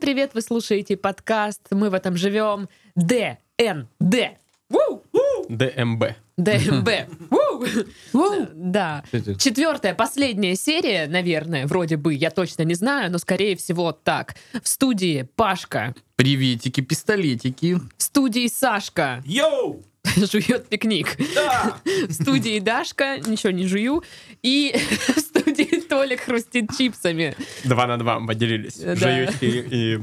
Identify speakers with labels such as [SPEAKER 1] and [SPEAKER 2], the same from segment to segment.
[SPEAKER 1] привет! Вы слушаете подкаст «Мы в этом живем» ДНД. Ву!
[SPEAKER 2] ДМБ.
[SPEAKER 1] ДМБ. Ву! Да. Четвертая, последняя серия, наверное, вроде бы, я точно не знаю, но скорее всего так. В студии Пашка,
[SPEAKER 3] Приветики, пистолетики.
[SPEAKER 1] в студии Сашка
[SPEAKER 2] Йоу!
[SPEAKER 1] жует пикник,
[SPEAKER 2] Да!
[SPEAKER 1] в студии Дашка, ничего не жую, и в студии Толик хрустит чипсами.
[SPEAKER 2] Два на два поделились.
[SPEAKER 1] Да.
[SPEAKER 2] Жующий и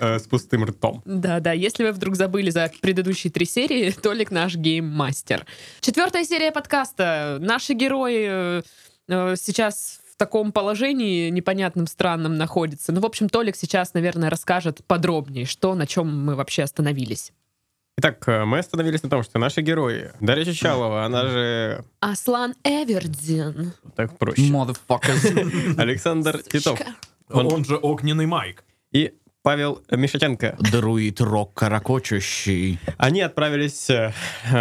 [SPEAKER 2] э, с пустым ртом.
[SPEAKER 1] Да-да, если вы вдруг забыли за предыдущие три серии, Толик наш гейммастер. Четвертая серия подкаста. Наши герои э, э, сейчас в таком положении непонятном, странном находятся. Ну, в общем, Толик сейчас, наверное, расскажет подробнее, что, на чем мы вообще остановились.
[SPEAKER 2] Итак, э, мы остановились на том, что наши герои. Дарья Чичалова, она же...
[SPEAKER 1] Аслан Эвердин.
[SPEAKER 2] Так проще.
[SPEAKER 3] Motherfuckers.
[SPEAKER 2] Александр Титов. Он-
[SPEAKER 4] Он, же огненный Майк.
[SPEAKER 2] И Павел Мишатенко.
[SPEAKER 3] Друид рок каракочущий.
[SPEAKER 2] Они отправились э,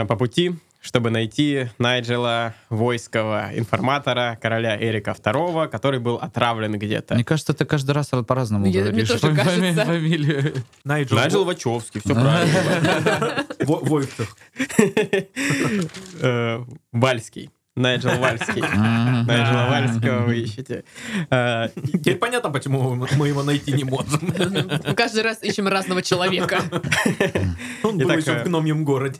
[SPEAKER 2] по пути, чтобы найти Найджела Войского, информатора короля Эрика II, который был отравлен где-то.
[SPEAKER 3] Мне кажется, ты каждый раз по-разному
[SPEAKER 1] Я- мне
[SPEAKER 3] говоришь.
[SPEAKER 1] тоже
[SPEAKER 3] фами-
[SPEAKER 1] кажется.
[SPEAKER 3] фами- Фамилию.
[SPEAKER 4] Найджел,
[SPEAKER 2] Найджел Вачовский, все правильно.
[SPEAKER 4] Во- Войцех.
[SPEAKER 2] Э, Вальский. Найджел Вальский.
[SPEAKER 3] Мгм.
[SPEAKER 2] Найджела Вальского вы ищете. Э,
[SPEAKER 4] Теперь понятно, почему мы его найти не можем.
[SPEAKER 1] Мы каждый раз ищем разного человека.
[SPEAKER 4] Он был
[SPEAKER 2] Итак,
[SPEAKER 4] еще
[SPEAKER 2] э,
[SPEAKER 4] в гномьем городе.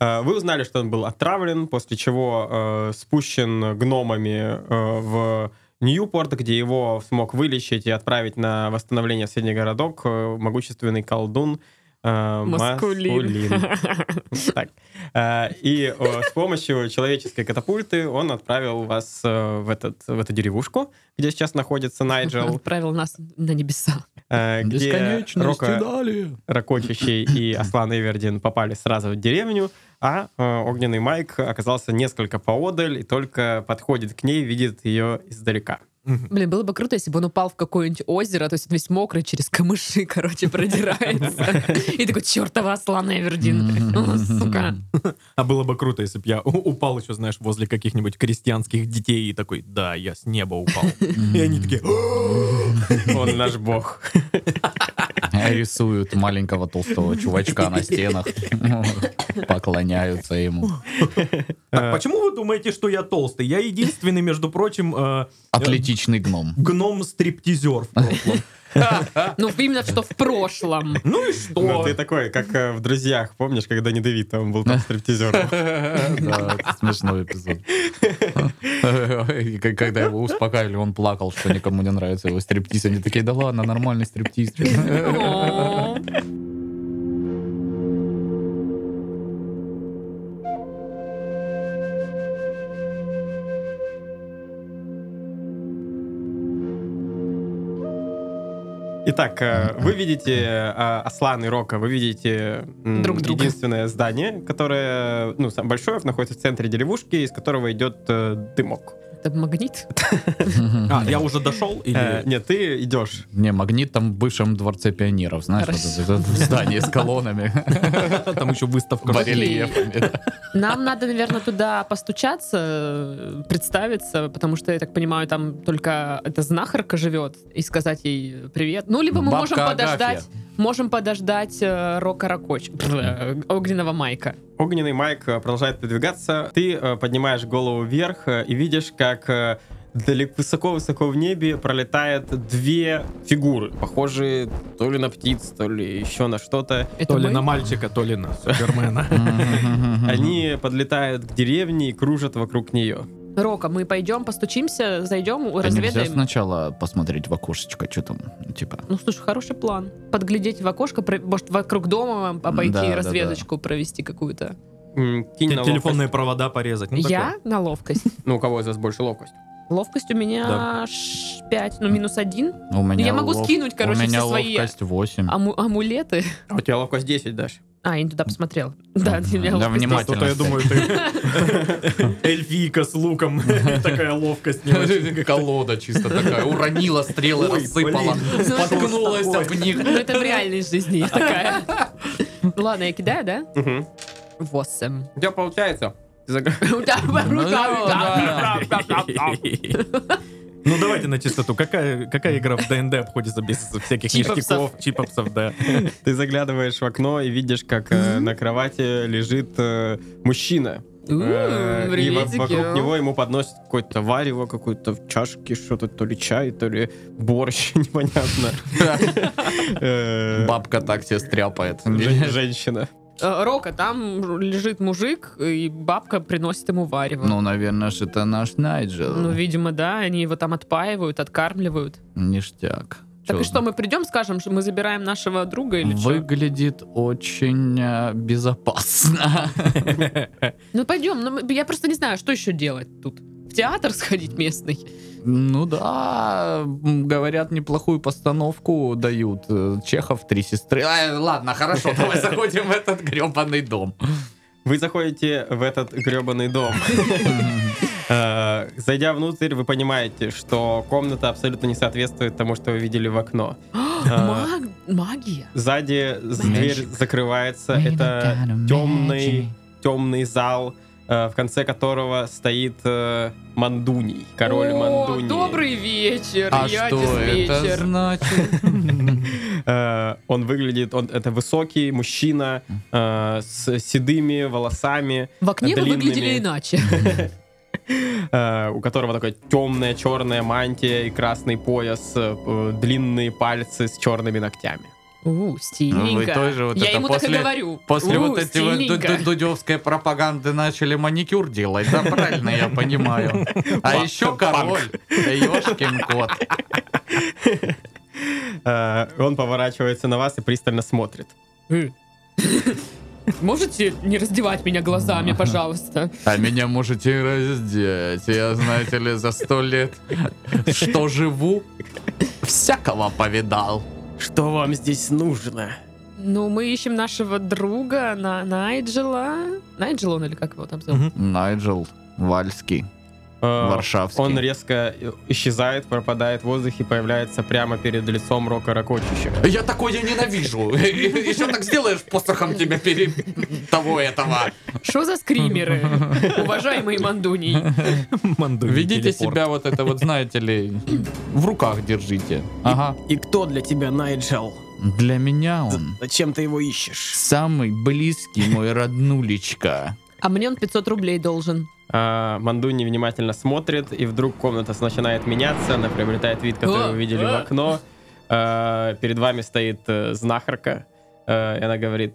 [SPEAKER 2] э, Вы узнали, что он был отравлен, после чего э, спущен гномами э, в Ньюпорт, где его смог вылечить и отправить на восстановление в соседний городок э, могущественный колдун э,
[SPEAKER 1] Маскулин.
[SPEAKER 2] Маскулин. Так. Э, И э, с помощью человеческой катапульты он отправил вас э, в этот- в эту деревушку, где сейчас находится Найджел.
[SPEAKER 1] Отправил нас на небеса.
[SPEAKER 2] э, где
[SPEAKER 3] Бесконечность
[SPEAKER 2] Рока-
[SPEAKER 3] и далее.
[SPEAKER 2] Ракочущий и Аслан Эвердин попали сразу в деревню, а э, огненный Майк оказался несколько поодаль и только подходит к ней, видит ее издалека.
[SPEAKER 1] Блин, было бы круто, если бы он упал в какое-нибудь озеро, то есть он весь мокрый, через камыши, короче, продирается. И такой, чертова Аслан Эвердин. О, Сука.
[SPEAKER 4] А было бы круто, если бы я у- упал еще, знаешь, возле каких-нибудь крестьянских детей и такой, да, я с неба упал. И они такие, «А,
[SPEAKER 2] Он наш бог.
[SPEAKER 3] А Рисуют маленького толстого чувачка на стенах. Поклоняются ему.
[SPEAKER 4] так почему вы думаете, что я толстый? Я единственный, между прочим, э,
[SPEAKER 3] Атлетичный гном.
[SPEAKER 4] гном-стриптизер в прошлом.
[SPEAKER 3] А.
[SPEAKER 1] Ну, именно что в прошлом.
[SPEAKER 4] Ну и что?
[SPEAKER 2] Ну, ты такой, как э, в «Друзьях», помнишь, когда Недовито он был там стриптизером?
[SPEAKER 3] Да, это смешной эпизод. И к- когда его успокаивали, он плакал, что никому не нравится его стриптиз. Они такие, да ладно, нормальный стриптиз.
[SPEAKER 1] О.
[SPEAKER 2] Итак, э, вы видите э, Аслан и Рока, вы видите м,
[SPEAKER 1] Друг друга.
[SPEAKER 2] единственное здание, которое, ну, самое большое, находится в центре деревушки, из которого идет э, дымок.
[SPEAKER 1] Это магнит?
[SPEAKER 4] А, я уже дошел?
[SPEAKER 2] Э,
[SPEAKER 4] Или...
[SPEAKER 2] Нет, ты идешь.
[SPEAKER 3] Не, магнит там в бывшем дворце пионеров, знаешь, вот это, это здание с колоннами,
[SPEAKER 4] Там еще выставка.
[SPEAKER 3] барельефами.
[SPEAKER 1] Нам надо, наверное, туда постучаться, э, представиться, потому что, я так понимаю, там только эта знахарка живет, и сказать ей привет. Ну, либо мы
[SPEAKER 3] Бабка
[SPEAKER 1] можем
[SPEAKER 3] Агафья.
[SPEAKER 1] подождать, можем подождать э, Рока Рокоч, э, Огненного Майка.
[SPEAKER 2] Огненный Майк э, продолжает продвигаться. Ты э, поднимаешь голову вверх э, и видишь, как э, далеко, высоко-высоко в небе пролетает две фигуры, похожие то ли на птиц, то ли еще на что-то.
[SPEAKER 1] Это
[SPEAKER 4] То ли
[SPEAKER 1] мы?
[SPEAKER 4] на мальчика, то ли на супермена.
[SPEAKER 2] Они подлетают к деревне и кружат вокруг нее.
[SPEAKER 1] Рока, мы пойдем, постучимся, зайдем,
[SPEAKER 3] А Нельзя
[SPEAKER 1] разведаем.
[SPEAKER 3] сначала посмотреть в окошечко, что там, типа.
[SPEAKER 1] Ну, слушай, хороший план. Подглядеть в окошко, про- может, вокруг дома обойти,
[SPEAKER 3] Да, да,
[SPEAKER 1] разведочку провести какую-то.
[SPEAKER 2] М, Кинь на
[SPEAKER 4] Телефонные
[SPEAKER 2] ловкость.
[SPEAKER 4] провода порезать. ну,
[SPEAKER 1] Я на ловкость.
[SPEAKER 2] Ну, у кого из вас больше ловкость?
[SPEAKER 1] Ловкость у меня 5, ну, минус один.
[SPEAKER 3] У меня
[SPEAKER 1] я могу
[SPEAKER 3] лов-
[SPEAKER 1] скинуть, короче,
[SPEAKER 3] У меня
[SPEAKER 1] все свои-
[SPEAKER 3] ловкость 8.
[SPEAKER 1] Аму- амулеты.
[SPEAKER 2] А у тебя ловкость 10, Даш.
[SPEAKER 1] А, я не туда посмотрел. Да, у меня
[SPEAKER 3] Да,
[SPEAKER 1] ловкость
[SPEAKER 3] внимательно.
[SPEAKER 1] есть.
[SPEAKER 4] Что-то, я думаю, ты эльфийка с луком, такая ловкость. не очень.
[SPEAKER 1] А
[SPEAKER 3] Колода чисто такая, уронила стрелы,
[SPEAKER 4] Ой,
[SPEAKER 3] рассыпала,
[SPEAKER 4] блин.
[SPEAKER 3] споткнулась
[SPEAKER 4] Что ж
[SPEAKER 3] об
[SPEAKER 4] такое?
[SPEAKER 3] них.
[SPEAKER 1] Ну, это в реальной жизни есть такая. Ну, Ладно, я кидаю, да?
[SPEAKER 2] Мгм.
[SPEAKER 1] Восемь.
[SPEAKER 2] У тебя
[SPEAKER 3] Ну,
[SPEAKER 2] получается. Ты загр-
[SPEAKER 1] Да, да, да, да, да, да.
[SPEAKER 4] Ну давайте на чистоту. Какая, какая игра в ДНД обходится без всяких
[SPEAKER 1] Чипсов.
[SPEAKER 4] ништяков, чипопсов, да.
[SPEAKER 2] Ты заглядываешь в окно и видишь, как э, на кровати лежит э, мужчина. Э,
[SPEAKER 1] М,
[SPEAKER 2] и во-
[SPEAKER 1] приветики.
[SPEAKER 2] вокруг него ему подносят какое-то варево, какую-то в чашке, что-то то ли чай, то ли борщ, непонятно. Э,
[SPEAKER 3] Бабка так тебе стряпает.
[SPEAKER 2] жен- Женщина.
[SPEAKER 1] Э, Рока, там лежит мужик, и бабка приносит ему варево.
[SPEAKER 3] Ну, наверное, ж это наш
[SPEAKER 1] Ну,
[SPEAKER 3] Найджел.
[SPEAKER 1] видимо, да, они его там отпаивают, откармливают.
[SPEAKER 3] Ништяк.
[SPEAKER 1] Так
[SPEAKER 3] Чё
[SPEAKER 1] и что, мы придем, скажем, что мы забираем нашего друга или что?
[SPEAKER 3] Выглядит очень э, безопасно.
[SPEAKER 1] Ну пойдем, ну, мы- я просто не знаю, что еще делать тут. В театр сходить местный.
[SPEAKER 3] Ну да, м, говорят, неплохую постановку дают. Э, Чехов, три сестры. Ай, ладно, хорошо, давай заходим в этот гребаный дом.
[SPEAKER 2] Вы заходите в этот гребаный дом. Э, Зайдя внутрь, вы понимаете, что комната абсолютно не соответствует тому, что вы видели в окно.
[SPEAKER 3] А.
[SPEAKER 1] Ма- Магия.
[SPEAKER 2] Сзади з-
[SPEAKER 1] Magic.
[SPEAKER 2] дверь закрывается. Это темный, темный зал, э, в конце которого стоит э, Мандуний, король
[SPEAKER 1] О,
[SPEAKER 2] Мандуний.
[SPEAKER 1] добрый вечер,
[SPEAKER 3] А
[SPEAKER 1] я
[SPEAKER 3] что это
[SPEAKER 1] диспетчер.
[SPEAKER 3] значит?
[SPEAKER 2] Э, Он выглядит, он это высокий мужчина э, с седыми волосами,
[SPEAKER 1] В окне вы
[SPEAKER 2] длинными.
[SPEAKER 1] выглядели иначе.
[SPEAKER 2] э, у которого такая темная черная мантия и красный пояс, э, э, длинные пальцы с черными ногтями.
[SPEAKER 1] У, стильненько.
[SPEAKER 3] Ну, вы тоже вот
[SPEAKER 1] я
[SPEAKER 3] это
[SPEAKER 1] ему так
[SPEAKER 3] после-
[SPEAKER 1] и говорю.
[SPEAKER 3] После
[SPEAKER 1] У,
[SPEAKER 3] вот этой вот ду-
[SPEAKER 1] стильненько.
[SPEAKER 3] ду- дудевской пропаганды начали маникюр делать, да, правильно я понимаю. А еще король, ёшкин кот.
[SPEAKER 2] Э, Он поворачивается на вас и пристально смотрит.
[SPEAKER 1] М. Можете не раздевать меня глазами, пожалуйста?
[SPEAKER 3] А меня можете раздеть, я, знаете ли, за сто лет, что живу, всякого повидал.
[SPEAKER 2] Что вам здесь нужно?
[SPEAKER 1] Ну, мы ищем нашего друга, на Найджела. Найджел он или как его там зовут?
[SPEAKER 3] Найджел Вальский, Варшавский.
[SPEAKER 2] Он резко исчезает, пропадает в воздухе, появляется прямо перед лицом Рока Рокочущего.
[SPEAKER 3] Я такое ненавижу. Еще так сделаешь, посохом тебя пере... того этого.
[SPEAKER 1] Что за скримеры, уважаемый Мандуний?
[SPEAKER 4] Мандуй,
[SPEAKER 3] Ведите
[SPEAKER 4] телепорт.
[SPEAKER 3] себя вот это вот, знаете ли, в руках держите. Ага.
[SPEAKER 5] И кто для тебя Найджел?
[SPEAKER 3] Для меня он
[SPEAKER 5] Зачем ты его ищешь?
[SPEAKER 3] самый близкий мой роднулечка.
[SPEAKER 1] А мне он 500 рублей должен.
[SPEAKER 2] А, Мандуни внимательно смотрит, и вдруг комната с- начинает меняться, она приобретает вид, который
[SPEAKER 1] О,
[SPEAKER 2] вы видели в
[SPEAKER 5] а.
[SPEAKER 1] о.
[SPEAKER 2] окно. А, Перед вами стоит э, знахарка, э, и она говорит,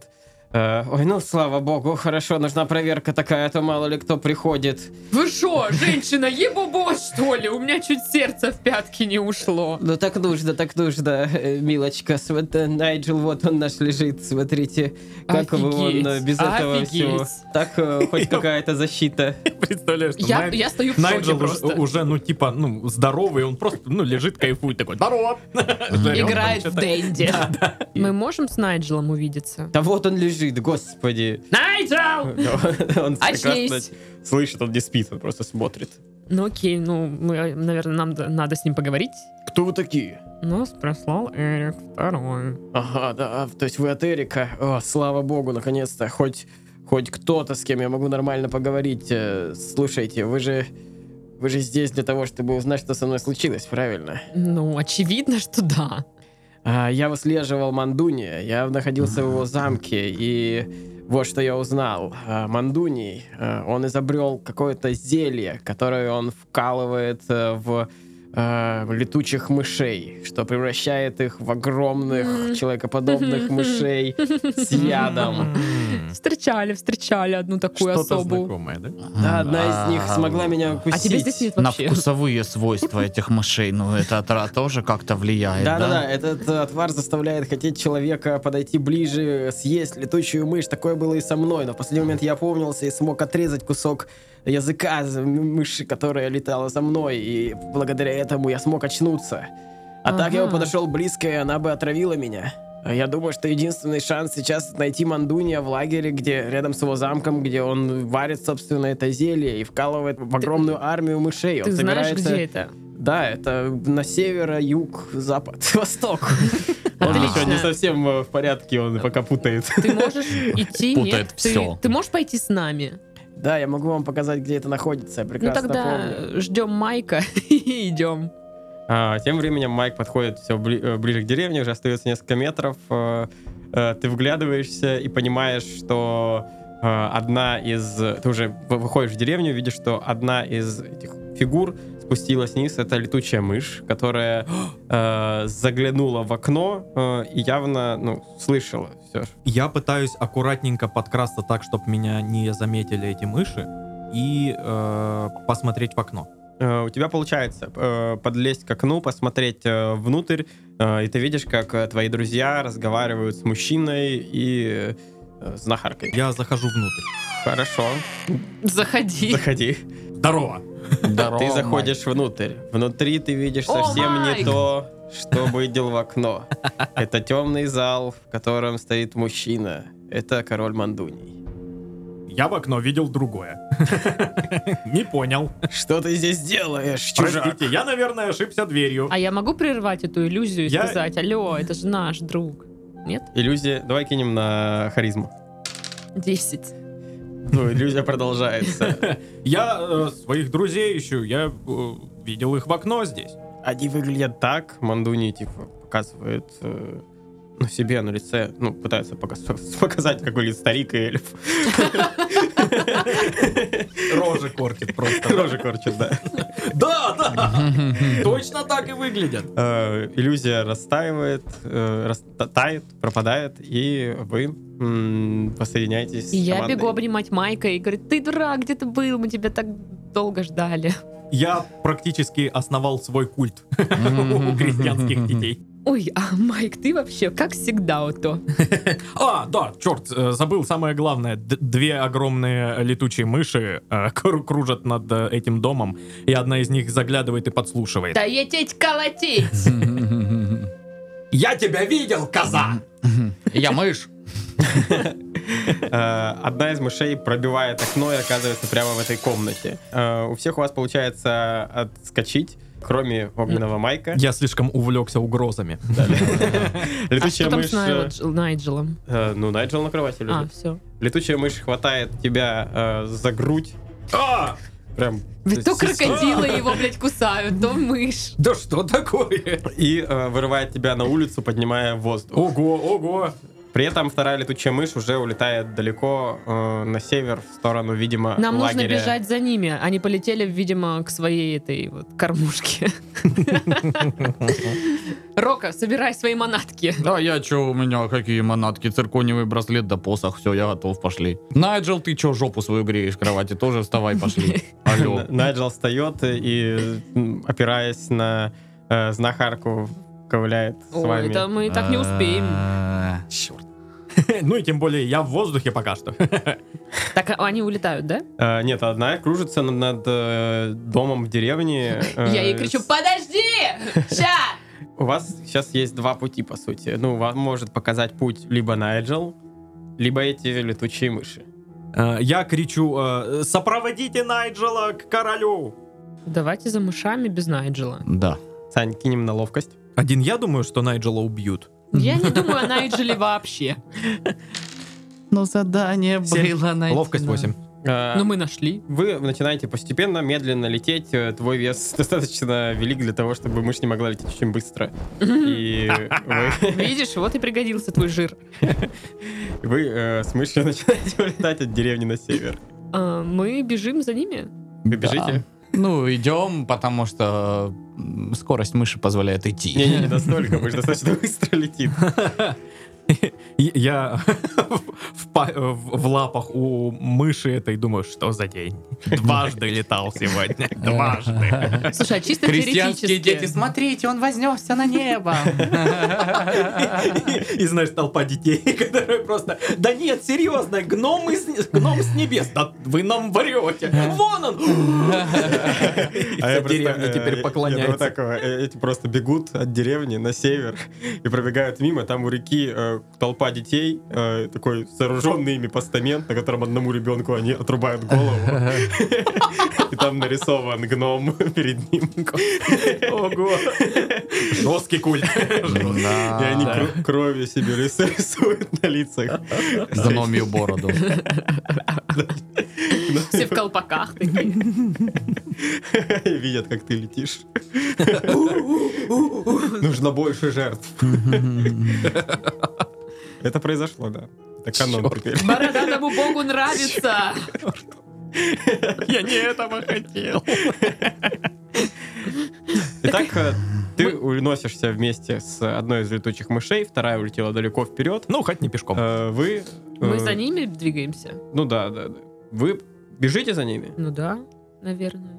[SPEAKER 2] э, ой, ну, слава богу, хорошо, нужна проверка такая, а то мало ли кто приходит.
[SPEAKER 1] Вы что, женщина, ебобо, что ли? У меня чуть сердце в пятки не ушло.
[SPEAKER 5] Да Ну, так нужно, так нужно, э, милочка. См- э, Найджел, вот он наш лежит, смотрите. Как вы
[SPEAKER 1] Офигеть,
[SPEAKER 5] он э, без этого
[SPEAKER 1] офигеть.
[SPEAKER 5] всего. Так э, хоть какая-то защита.
[SPEAKER 4] Представляешь, что
[SPEAKER 1] Я,
[SPEAKER 4] Най-
[SPEAKER 1] я стою в шоке
[SPEAKER 4] Найджел уж-
[SPEAKER 1] просто.
[SPEAKER 4] уже, ну, типа, ну, здоровый, он просто, ну, лежит, кайфует такой. Здорово!
[SPEAKER 1] Играет в Дэнди. Мы можем с Найджелом увидеться?
[SPEAKER 2] Да вот он лежит, господи.
[SPEAKER 1] Найджел!
[SPEAKER 2] Он прекрасно
[SPEAKER 1] Очнись!
[SPEAKER 2] слышит, он не спит, он просто смотрит.
[SPEAKER 1] Ну окей, ну, мы, наверное, нам д- надо с ним поговорить.
[SPEAKER 2] Кто вы такие?
[SPEAKER 1] Нас прослал Эрик Второй.
[SPEAKER 2] Ага, да, а, то есть вы от Эрика. О, слава богу, наконец-то, хоть, хоть кто-то, с кем я могу нормально поговорить. Э, Слушайте, вы же, вы же здесь для того, чтобы узнать, что со мной случилось, правильно?
[SPEAKER 1] Ну, очевидно, что да.
[SPEAKER 2] А, я выслеживал Мандуния, я находился в его замке, и вот что я узнал. А, Мандуний, а, он изобрел какое-то зелье, которое он вкалывает э, в э, летучих мышей, что превращает их в огромных
[SPEAKER 1] М.
[SPEAKER 2] человекоподобных мышей с ядом.
[SPEAKER 1] Встречали, встречали одну такую
[SPEAKER 4] Что-то
[SPEAKER 1] особу.
[SPEAKER 4] знакомое, да?
[SPEAKER 2] Да, одна из них смогла меня укусить.
[SPEAKER 1] А тебе здесь нет
[SPEAKER 3] На
[SPEAKER 1] вообще?
[SPEAKER 3] вкусовые свойства этих мышей, ну это отра- тоже как-то влияет, да?
[SPEAKER 2] Да-да-да, этот э, отвар заставляет хотеть человека подойти ближе, э, съесть летучую мышь. Такое было и со мной, но в последний момент я опомнился и смог отрезать кусок языка за м- мыши, которая летала за мной, и благодаря этому я смог очнуться. А так я бы
[SPEAKER 1] Ага.
[SPEAKER 2] подошел близко, и она бы отравила меня. А Я думаю, что единственный шанс сейчас найти Мандуния в лагере, где рядом с его замком, где он варит, собственно, это зелье и вкалывает в огромную армию мышей.
[SPEAKER 1] Ты
[SPEAKER 2] он
[SPEAKER 1] знаешь,
[SPEAKER 2] собирается...
[SPEAKER 1] где это?
[SPEAKER 2] Да, это на северо, юг, запад, восток. Он еще не
[SPEAKER 1] Отлично.
[SPEAKER 2] совсем э, в порядке, он пока путает.
[SPEAKER 1] Ты можешь идти,
[SPEAKER 3] Путает
[SPEAKER 1] нет? Ты,
[SPEAKER 3] всё.
[SPEAKER 1] ты можешь пойти с нами?
[SPEAKER 2] Да, я могу вам показать, где это находится, я
[SPEAKER 1] Ну
[SPEAKER 2] прекрасно
[SPEAKER 1] тогда
[SPEAKER 2] помню.
[SPEAKER 1] ждем Майка и идем.
[SPEAKER 2] А, тем временем Майк подходит все ближе к деревне, уже остается несколько метров. Э, э, ты вглядываешься и понимаешь, что э, одна из... Ты уже вы- выходишь в деревню, видишь, что одна из этих фигур спустилась вниз. Это летучая мышь, которая э, заглянула в окно э, и явно ну, слышала все.
[SPEAKER 4] Я пытаюсь аккуратненько подкрасться так, чтобы меня не заметили эти мыши, и э, посмотреть в окно.
[SPEAKER 2] Э, У тебя получается э, подлезть к окну, посмотреть э, внутрь, э, и ты видишь, как э, твои друзья разговаривают с мужчиной и э, знахаркой.
[SPEAKER 4] Я захожу внутрь.
[SPEAKER 2] Хорошо,
[SPEAKER 1] Заходи.
[SPEAKER 2] заходи.
[SPEAKER 4] Здорово!
[SPEAKER 3] Здорово,
[SPEAKER 2] Ты
[SPEAKER 3] Майк.
[SPEAKER 2] заходишь внутрь. Внутри ты видишь
[SPEAKER 1] О,
[SPEAKER 2] совсем не
[SPEAKER 1] Майк!
[SPEAKER 2] то, что выдел в окно. Это темный зал, в котором стоит мужчина. Это король Мандуний.
[SPEAKER 4] Я в окно видел другое. Не понял.
[SPEAKER 2] Что ты здесь делаешь, чужак?
[SPEAKER 4] Простите, я, наверное, ошибся дверью.
[SPEAKER 1] А я могу прервать эту иллюзию и
[SPEAKER 4] Я-
[SPEAKER 1] сказать, алло, это же наш друг. Нет?
[SPEAKER 2] Иллюзия. Давай кинем на харизму.
[SPEAKER 1] Десять.
[SPEAKER 2] Ну, иллюзия продолжается.
[SPEAKER 4] Я э, своих друзей ищу, я э, видел их в окно здесь.
[SPEAKER 2] Они выглядят так, Мандуни, типа, показывает э, на себе, на лице, ну, пытается пока- показать, как выглядит старик и эльф.
[SPEAKER 4] Рожи кортит просто.
[SPEAKER 2] Рожи корчит, да.
[SPEAKER 4] Да, да! Точно так и выглядят.
[SPEAKER 2] Э, Иллюзия растаивает, э, раста- тает, пропадает, и вы м, посоединяетесь с
[SPEAKER 1] И я
[SPEAKER 2] командой.
[SPEAKER 1] бегу обнимать Майка и говорю, ты дурак, где ты был? Мы тебя так долго ждали.
[SPEAKER 4] Я практически основал свой культ у крестьянских детей.
[SPEAKER 1] Ой, а Майк, ты вообще как всегда вот то.
[SPEAKER 4] А, да, черт, э, забыл самое главное. Д- две огромные летучие мыши э, кру- кружат над э, этим домом, и одна из них заглядывает и подслушивает.
[SPEAKER 1] Да я теть колотить!
[SPEAKER 4] Я тебя видел, коза!
[SPEAKER 3] Я мышь.
[SPEAKER 2] Э, Одна из мышей пробивает окно и оказывается прямо в этой комнате. Э, У всех у вас получается отскочить, кроме огненного майка.
[SPEAKER 4] Я слишком увлекся угрозами.
[SPEAKER 1] А
[SPEAKER 2] Летучая
[SPEAKER 1] что там
[SPEAKER 2] мышь,
[SPEAKER 1] с
[SPEAKER 2] э,
[SPEAKER 1] Найдж- Найджелом?
[SPEAKER 2] э, Ну, Найджел на кровати лежит.
[SPEAKER 1] А, все.
[SPEAKER 2] Летучая мышь хватает тебя э, за грудь.
[SPEAKER 4] А!
[SPEAKER 2] Прям.
[SPEAKER 1] Ведь то
[SPEAKER 2] с- с-
[SPEAKER 1] крокодилы его, блядь, кусают, то мышь.
[SPEAKER 4] Да что такое?
[SPEAKER 2] И э, вырывает тебя на улицу, поднимая в воздух.
[SPEAKER 4] Ого, ого!
[SPEAKER 2] При этом вторая летучая мышь уже улетает далеко э, на север, в сторону, видимо,
[SPEAKER 1] Нам нужно
[SPEAKER 2] лагеря.
[SPEAKER 1] бежать за ними. Они полетели, видимо, к своей этой вот кормушке. Рока, собирай свои манатки.
[SPEAKER 3] Да я чё, у меня какие манатки, цирконевый браслет да посох, все, я готов, пошли. Найджел, ты чё, жопу свою греешь в кровати, тоже вставай, пошли. Алло.
[SPEAKER 2] Н- Найджел встает и, м, опираясь на э, знахарку, ковыляет с
[SPEAKER 1] Ой,
[SPEAKER 2] вами.
[SPEAKER 1] это мы так не успеем.
[SPEAKER 3] А,
[SPEAKER 4] Черт. Ну и тем более я в воздухе пока что.
[SPEAKER 1] Так а, они улетают, да?
[SPEAKER 2] Э, нет, одна кружится над, над, э, домом в деревне. э,
[SPEAKER 1] Я ей кричу, подожди! Ща!
[SPEAKER 2] У вас сейчас есть два пути, по сути. Ну, вам может показать путь либо Найджел, либо эти летучие мыши.
[SPEAKER 4] Э, Я кричу, э, сопроводите Найджела к королю.
[SPEAKER 1] Давайте за мышами без Найджела.
[SPEAKER 3] Да.
[SPEAKER 2] Сань, кинем на ловкость.
[SPEAKER 4] Один я думаю, что Найджела убьют.
[SPEAKER 1] Я не думаю о Найджеле вообще.
[SPEAKER 3] Но задание
[SPEAKER 4] Семь.
[SPEAKER 3] было найти.
[SPEAKER 4] Ловкость 8.
[SPEAKER 2] Э,
[SPEAKER 1] Но Ну, мы нашли.
[SPEAKER 2] Вы начинаете постепенно, медленно лететь. Э, Твой вес достаточно велик для того, чтобы мышь не могла лететь очень быстро. И вы,
[SPEAKER 1] Видишь, вот и пригодился твой жир.
[SPEAKER 2] вы, э, с мышью начинаете улетать от деревни на север.
[SPEAKER 1] А, мы бежим за ними.
[SPEAKER 2] Вы бежите?
[SPEAKER 3] Ну, идем, потому что м, скорость мыши позволяет идти.
[SPEAKER 2] Не-не, не настолько. Мышь достаточно быстро летит.
[SPEAKER 4] И Я в, па- в- в лапах у мыши этой думаю, что за день? Дважды летал сегодня. Дважды.
[SPEAKER 1] Слушай, а чисто теоретически.
[SPEAKER 3] Крестьянские
[SPEAKER 1] ну,
[SPEAKER 3] дети, смотрите, он вознесся на небо.
[SPEAKER 4] И знаешь, толпа детей, которые просто, да нет, серьезно, гном, из, гном с небес, да вы нам врете. Вон он! И
[SPEAKER 2] А
[SPEAKER 4] вся
[SPEAKER 2] я просто,
[SPEAKER 4] деревня
[SPEAKER 2] э,
[SPEAKER 4] теперь
[SPEAKER 2] я думаю,
[SPEAKER 4] поклоняется.
[SPEAKER 2] так, э, эти просто бегут от деревни на север и пробегают мимо. Там у реки э, толпа детей, э, такой сооруженный ими постамент, на котором одному ребенку они отрубают голову. И там нарисован гном перед ним.
[SPEAKER 4] Ого. Жесткий культ.
[SPEAKER 2] И они
[SPEAKER 4] А,
[SPEAKER 2] кру- кровью себе рис- рисуют на лицах.
[SPEAKER 3] Гномью бороду.
[SPEAKER 1] Все в колпаках такие.
[SPEAKER 2] И видят, как ты летишь. Нужно больше жертв. Это произошло, да. Это канон теперь.
[SPEAKER 1] Бородатому богу нравится.
[SPEAKER 4] Я не этого хотел.
[SPEAKER 2] Итак, э, ты уносишься вместе с одной из летучих мышей, вторая улетела далеко вперед.
[SPEAKER 4] Ну, хоть не пешком.
[SPEAKER 2] Э, Вы... э,
[SPEAKER 1] Мы за ними двигаемся.
[SPEAKER 2] Ну да, да, да. Вы бежите за ними?
[SPEAKER 1] Ну да, наверное.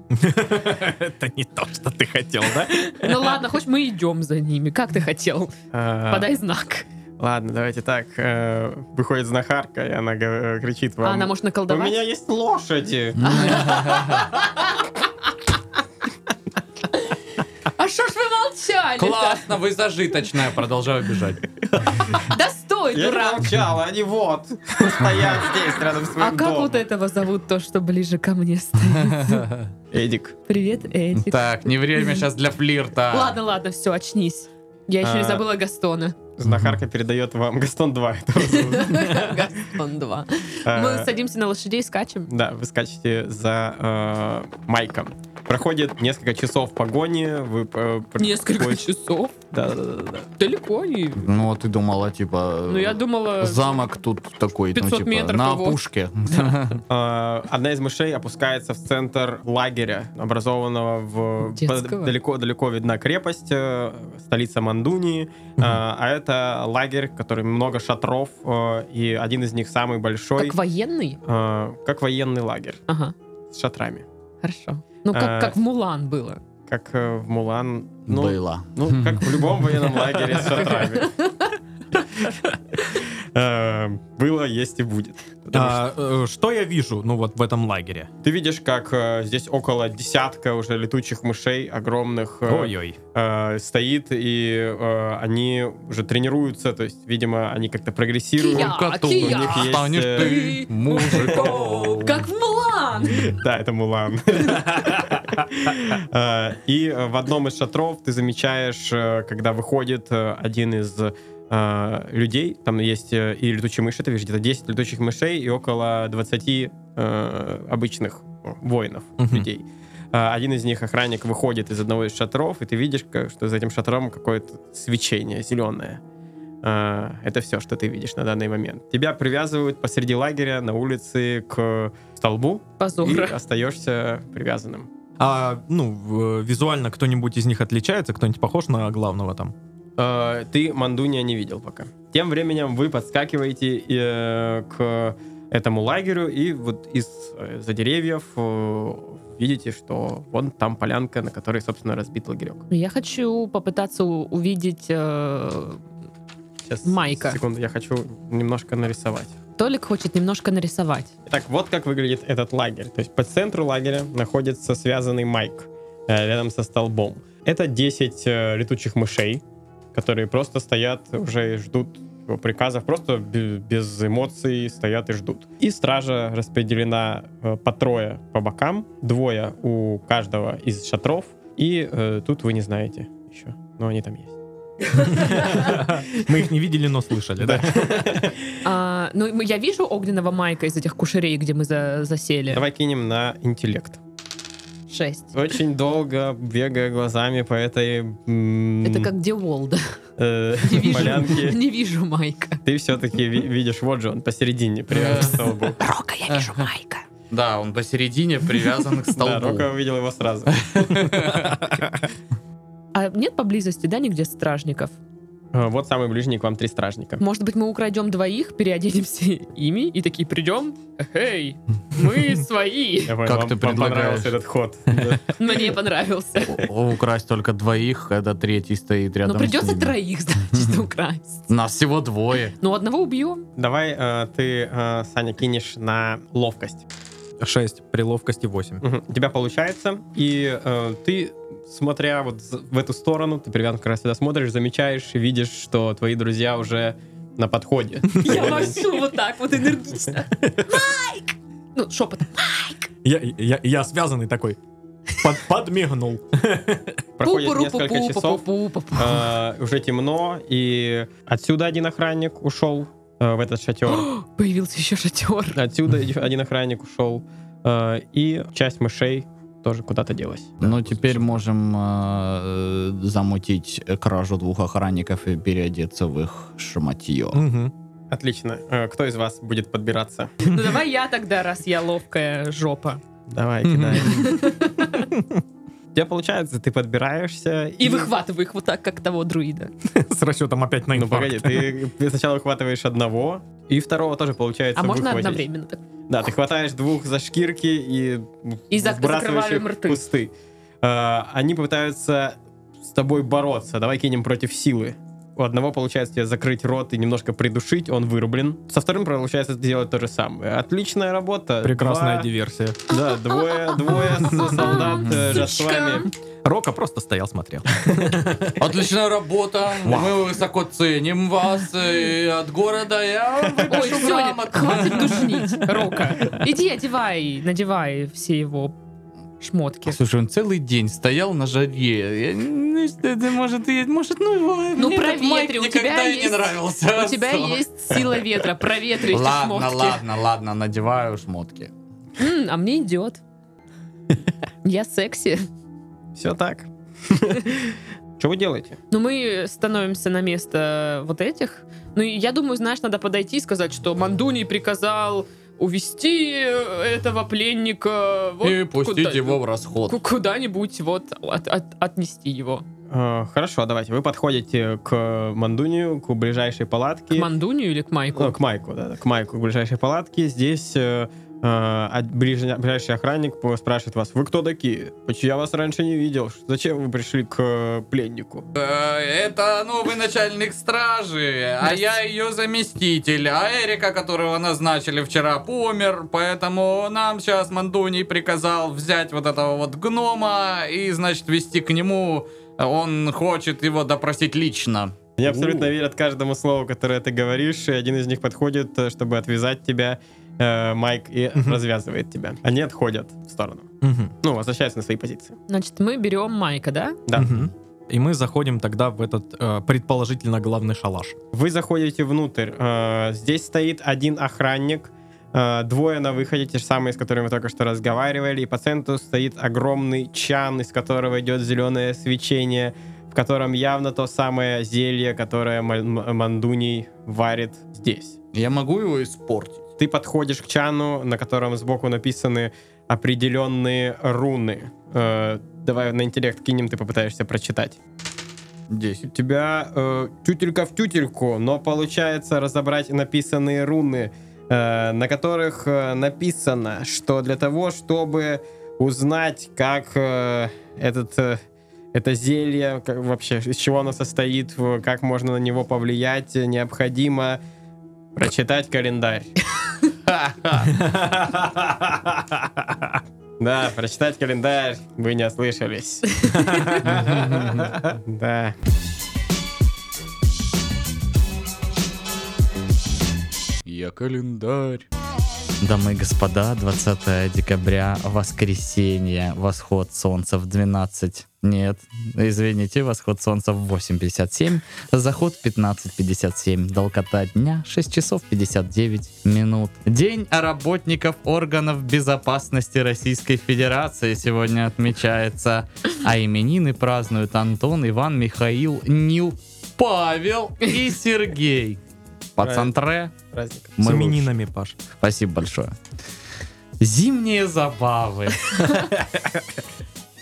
[SPEAKER 4] Это не то, что ты хотел, да?
[SPEAKER 1] Ну ладно, хоть мы идем за ними. Как ты хотел?
[SPEAKER 2] Э,
[SPEAKER 1] Подай знак.
[SPEAKER 2] Ладно, давайте так. э, Выходит знахарка, и она га- кричит вам.
[SPEAKER 1] А она может
[SPEAKER 2] У
[SPEAKER 1] наколдовать?
[SPEAKER 2] меня есть лошади.
[SPEAKER 1] А что ж вы молчали?
[SPEAKER 3] Классно, вы зажиточная, продолжаю бежать.
[SPEAKER 1] Да стой,
[SPEAKER 2] Я не
[SPEAKER 1] дурак!
[SPEAKER 2] молчал, они вот стоят здесь, рядом с моим
[SPEAKER 1] А как
[SPEAKER 2] домом.
[SPEAKER 1] вот этого зовут, то, что ближе ко мне стоит?
[SPEAKER 2] Эдик.
[SPEAKER 1] Привет, Эдик.
[SPEAKER 3] Так, не время сейчас для флирта.
[SPEAKER 1] Ладно, ладно, все, очнись. Я еще не
[SPEAKER 2] А.
[SPEAKER 1] забыла Гастона.
[SPEAKER 2] Знахарка передает вам Гастон 2.
[SPEAKER 1] Гастон 2. Мы садимся на лошадей и скачем.
[SPEAKER 2] э, Да, вы скачете за э, Майком. Проходит несколько часов погони, вы... э, пр-
[SPEAKER 1] Несколько
[SPEAKER 2] пой-
[SPEAKER 1] часов.
[SPEAKER 2] Да, да, да, да.
[SPEAKER 1] Далеко не...
[SPEAKER 3] Ну, а ты думала, типа...
[SPEAKER 1] Ну, я думала...
[SPEAKER 3] Замок тут такой,
[SPEAKER 1] 500
[SPEAKER 3] ну, типа,
[SPEAKER 1] метров,
[SPEAKER 3] на
[SPEAKER 1] его.
[SPEAKER 3] опушке.
[SPEAKER 2] Э, Одна из мышей опускается в центр лагеря, образованного в...
[SPEAKER 1] Детского.
[SPEAKER 2] Далеко-далеко видна крепость, э, столица Мандунии. Э, А это лагерь, который много шатров, э, и один из них самый большой.
[SPEAKER 1] Как военный?
[SPEAKER 2] э, Как военный лагерь
[SPEAKER 1] Ага,
[SPEAKER 2] с шатрами.
[SPEAKER 1] хорошо. Ну,
[SPEAKER 2] А.
[SPEAKER 1] как, как в Мулан было.
[SPEAKER 2] Как э, в Мулан. Ну,
[SPEAKER 3] Было.
[SPEAKER 2] ну, как в любом военном лагере с шатрами. Э, Было, есть и будет. Потому что
[SPEAKER 4] А, э, Что я вижу, ну вот в этом лагере?
[SPEAKER 2] Ты видишь, как э, здесь около десятка уже летучих мышей огромных э,
[SPEAKER 4] Ой-ой.
[SPEAKER 2] э, стоит, и э, они уже тренируются, то есть, видимо, они как-то прогрессируют.
[SPEAKER 1] Кия,
[SPEAKER 2] У них
[SPEAKER 1] кия.
[SPEAKER 2] есть,
[SPEAKER 3] Станешь
[SPEAKER 2] э,
[SPEAKER 3] ты мужиком.
[SPEAKER 1] Как в Мулан!
[SPEAKER 2] Да, это Мулан. Э, И э, в одном из шатров ты замечаешь, э, когда выходит э, один из э, людей, там есть э, и летучие мыши, ты видишь где-то 10 летучих мышей и около 20 э, обычных ну, воинов,
[SPEAKER 4] Мгм.
[SPEAKER 2] людей. Э, Один из них, охранник, выходит из одного из шатров, и ты видишь, как- что за этим шатром какое-то свечение зеленое. Э, Это все, что ты видишь на данный момент. Тебя привязывают посреди лагеря на улице к столбу, и
[SPEAKER 1] Позора.
[SPEAKER 2] остаешься привязанным.
[SPEAKER 4] А, ну, в- визуально кто-нибудь из них отличается? Кто-нибудь похож на главного там?
[SPEAKER 2] Э, Ты Мандуния не видел пока. Тем временем вы подскакиваете э, к этому лагерю, и вот из-за деревьев э, видите, что вон там полянка, на которой, собственно, разбит лагерек.
[SPEAKER 1] Ну, Я хочу попытаться у- увидеть... э,
[SPEAKER 2] Сейчас,
[SPEAKER 1] Майка.
[SPEAKER 2] Секунду, я хочу немножко нарисовать.
[SPEAKER 1] Толик хочет немножко нарисовать.
[SPEAKER 2] Итак, вот как выглядит этот лагерь. То есть по центру лагеря находится связанный майк э, рядом со столбом. Это 10 э, летучих мышей, которые просто стоят уже и ждут его приказов, просто бе- без эмоций стоят и ждут. И стража распределена э, по трое по бокам, двое у каждого из шатров, и э, тут вы не знаете еще, но они там есть.
[SPEAKER 4] Мы их не видели, но слышали, да?
[SPEAKER 1] А, ну, мы- я вижу огненного майка из этих кушерей, где мы за- засели.
[SPEAKER 2] Давай кинем на интеллект.
[SPEAKER 1] Шесть.
[SPEAKER 2] Очень долго бегая глазами по этой...
[SPEAKER 1] Это
[SPEAKER 2] Это
[SPEAKER 1] как Деолда.
[SPEAKER 2] э,
[SPEAKER 1] Не вижу,
[SPEAKER 2] полянки,
[SPEAKER 1] не вижу Майка.
[SPEAKER 2] ты все-таки видишь, вот же он посередине привязан к столбу.
[SPEAKER 1] Рока, я вижу Майка.
[SPEAKER 3] Да, он посередине привязан к
[SPEAKER 2] Да, ну
[SPEAKER 3] столбу.
[SPEAKER 2] Рока увидел его сразу.
[SPEAKER 1] А нет поблизости, да, нигде стражников?
[SPEAKER 2] Э, Вот самый ближний к вам три стражника.
[SPEAKER 1] Может быть, мы украдем двоих, переоденемся ими и такие придем? Эй, мы свои.
[SPEAKER 2] Я понял,
[SPEAKER 3] Как
[SPEAKER 2] вам-
[SPEAKER 3] ты
[SPEAKER 2] вам
[SPEAKER 3] предлагаешь?
[SPEAKER 2] понравился этот ход.
[SPEAKER 1] Мне понравился.
[SPEAKER 3] О, Украсть только двоих, когда третий стоит рядом
[SPEAKER 1] Но
[SPEAKER 3] с
[SPEAKER 1] придется Ну,
[SPEAKER 3] ними.
[SPEAKER 1] троих, значит, украсть.
[SPEAKER 3] Нас всего двое.
[SPEAKER 1] Ну, одного убьем.
[SPEAKER 2] Давай э, ты, э, Саня, кинешь на ловкость.
[SPEAKER 4] Шесть, при ловкости восемь.
[SPEAKER 2] Мгм. У тебя получается, и э, ты, смотря вот з- в эту сторону, ты привязан как раз сюда смотришь, замечаешь и видишь, что твои друзья уже на подходе.
[SPEAKER 1] Я машу вот так вот энергично. Майк! Ну, шепот.
[SPEAKER 4] Я, я, я связанный такой. Под- подмигнул.
[SPEAKER 2] Проходит несколько часов,
[SPEAKER 1] пу-пу-пу-пу-пу-пу.
[SPEAKER 2] Э, уже темно, и отсюда один охранник ушел э, в этот шатер.
[SPEAKER 1] Появился еще шатер.
[SPEAKER 2] Отсюда один охранник ушел. э, И часть мышей, кто
[SPEAKER 6] тоже куда-то делась.
[SPEAKER 7] Ну, теперь можем э, замутить кражу двух охранников и переодеться в их шматье.
[SPEAKER 4] Мгм.
[SPEAKER 2] Отлично. Э, Кто из вас будет подбираться?
[SPEAKER 1] Ну давай я тогда, раз я ловкая жопа.
[SPEAKER 2] Давай,
[SPEAKER 4] Мгм.
[SPEAKER 2] кидай. У тебя получается, ты подбираешься
[SPEAKER 1] И выхватываю их вот так, как того друида.
[SPEAKER 4] С расчетом опять на
[SPEAKER 2] Ну
[SPEAKER 4] инфаркт.
[SPEAKER 2] погоди, ты ты сначала выхватываешь одного, и второго тоже получается
[SPEAKER 1] А можно
[SPEAKER 2] выхватить.
[SPEAKER 1] одновременно так?
[SPEAKER 2] Да, ты хватаешь двух за шкирки и,
[SPEAKER 1] И зак-
[SPEAKER 2] сбрасываешь
[SPEAKER 1] закрываем
[SPEAKER 2] их в
[SPEAKER 1] рты.
[SPEAKER 2] кусты. Э, они попытаются с тобой бороться. Давай кинем против силы. У одного получается тебе закрыть рот и немножко придушить, он вырублен. Со вторым получается сделать то же самое. Отличная работа.
[SPEAKER 4] Прекрасная
[SPEAKER 2] Два-
[SPEAKER 4] диверсия.
[SPEAKER 2] Да, двое, двое с- солдат э, же с вами.
[SPEAKER 4] Рока просто стоял, смотрел.
[SPEAKER 7] Отличная работа. Мы высоко ценим вас и от города. Я вам
[SPEAKER 1] Ой,
[SPEAKER 7] выпишу
[SPEAKER 1] Соня,
[SPEAKER 7] грамот.
[SPEAKER 1] хватит душнить, Рока. Иди одевай, надевай все его шмотки.
[SPEAKER 7] Слушай, он целый день стоял на жаре. Я не знаю, это может, и- может, ну его.
[SPEAKER 1] Ну,
[SPEAKER 7] мне этот
[SPEAKER 1] проветри,
[SPEAKER 7] майк
[SPEAKER 1] у
[SPEAKER 7] никогда
[SPEAKER 1] тебя
[SPEAKER 7] и не
[SPEAKER 1] есть-
[SPEAKER 7] нравился.
[SPEAKER 1] У тебя
[SPEAKER 7] Всё.
[SPEAKER 1] есть сила ветра, проветри эти
[SPEAKER 7] Ладно,
[SPEAKER 1] шмотки.
[SPEAKER 7] ладно, ладно, надеваю шмотки.
[SPEAKER 1] М, а мне идет. Я секси.
[SPEAKER 2] Все так. Что вы делаете?
[SPEAKER 1] Ну, мы становимся на место вот этих. Ну, и я думаю, знаешь, надо подойти и сказать, что Мандуни приказал увести э, этого пленника вот
[SPEAKER 7] и пустить
[SPEAKER 1] куда-
[SPEAKER 7] его в расход.
[SPEAKER 1] ку- куда-нибудь вот от- от- отнести его.
[SPEAKER 2] Э, Хорошо, давайте. Вы подходите к Мандунию, к ближайшей
[SPEAKER 1] К
[SPEAKER 2] палатке.
[SPEAKER 1] Мандунию или к Майку?
[SPEAKER 2] Ну, к Майку, да, к Майку, к ближайшей палатке. Здесь э, э, а- ближня- ближайший охранник по- спрашивает вас, вы кто такие? Поч- Я вас раньше не видел. Ш- Зачем вы пришли к э, пленнику?
[SPEAKER 7] Э, Это новый начальник стражи, а я ее заместитель. А Эрика, которого назначили вчера, помер, поэтому нам сейчас Мандуний приказал взять вот этого вот гнома и, значит, вести к нему. Он хочет его допросить лично.
[SPEAKER 2] Они
[SPEAKER 7] У.
[SPEAKER 2] абсолютно верят каждому слову, которое ты говоришь, и один из них подходит, э, чтобы отвязать тебя, э, Майк, и
[SPEAKER 4] Мгм.
[SPEAKER 2] развязывает тебя. Они отходят в сторону.
[SPEAKER 4] Мгм.
[SPEAKER 2] Ну, возвращаются на свои позиции.
[SPEAKER 1] Значит, мы берем Майка, да?
[SPEAKER 2] Да.
[SPEAKER 4] Мгм. И мы заходим тогда в этот э, предположительно главный шалаш.
[SPEAKER 2] Вы заходите внутрь. Э, Здесь стоит один охранник, э, двое на выходе, те же самые, с которыми вы только что разговаривали, и по центру стоит огромный чан, из которого идет зеленое свечение, в котором явно то самое зелье, которое Ма- М- Мандуний варит здесь.
[SPEAKER 7] Я могу его испортить?
[SPEAKER 2] Ты подходишь к чану, на котором сбоку написаны определенные руны. Э, Давай на интеллект кинем, ты попытаешься прочитать. У
[SPEAKER 7] 10.
[SPEAKER 2] тебя э, тютелька в тютельку, но получается разобрать написанные руны, э, на которых э, написано, что для того, чтобы узнать, как э, этот, э, это зелье, как вообще, из чего оно состоит, в- как можно на него повлиять, э, необходимо прочитать календарь. Да, прочитать календарь, вы не ослышались. Да.
[SPEAKER 7] Я календарь.
[SPEAKER 3] Дамы и господа, 20 декабря, воскресенье, восход солнца в 12. Нет, извините, восход солнца в 8.57, заход в 15.57, долгота дня 6 часов 59 минут. День работников органов безопасности Российской Федерации сегодня отмечается, а именины празднуют Антон, Иван, Михаил, Нил, Павел и Сергей. Пацантре,
[SPEAKER 2] Праздник.
[SPEAKER 4] С
[SPEAKER 3] мы лучше.
[SPEAKER 4] именинами, Паш.
[SPEAKER 3] Спасибо большое. Зимние забавы.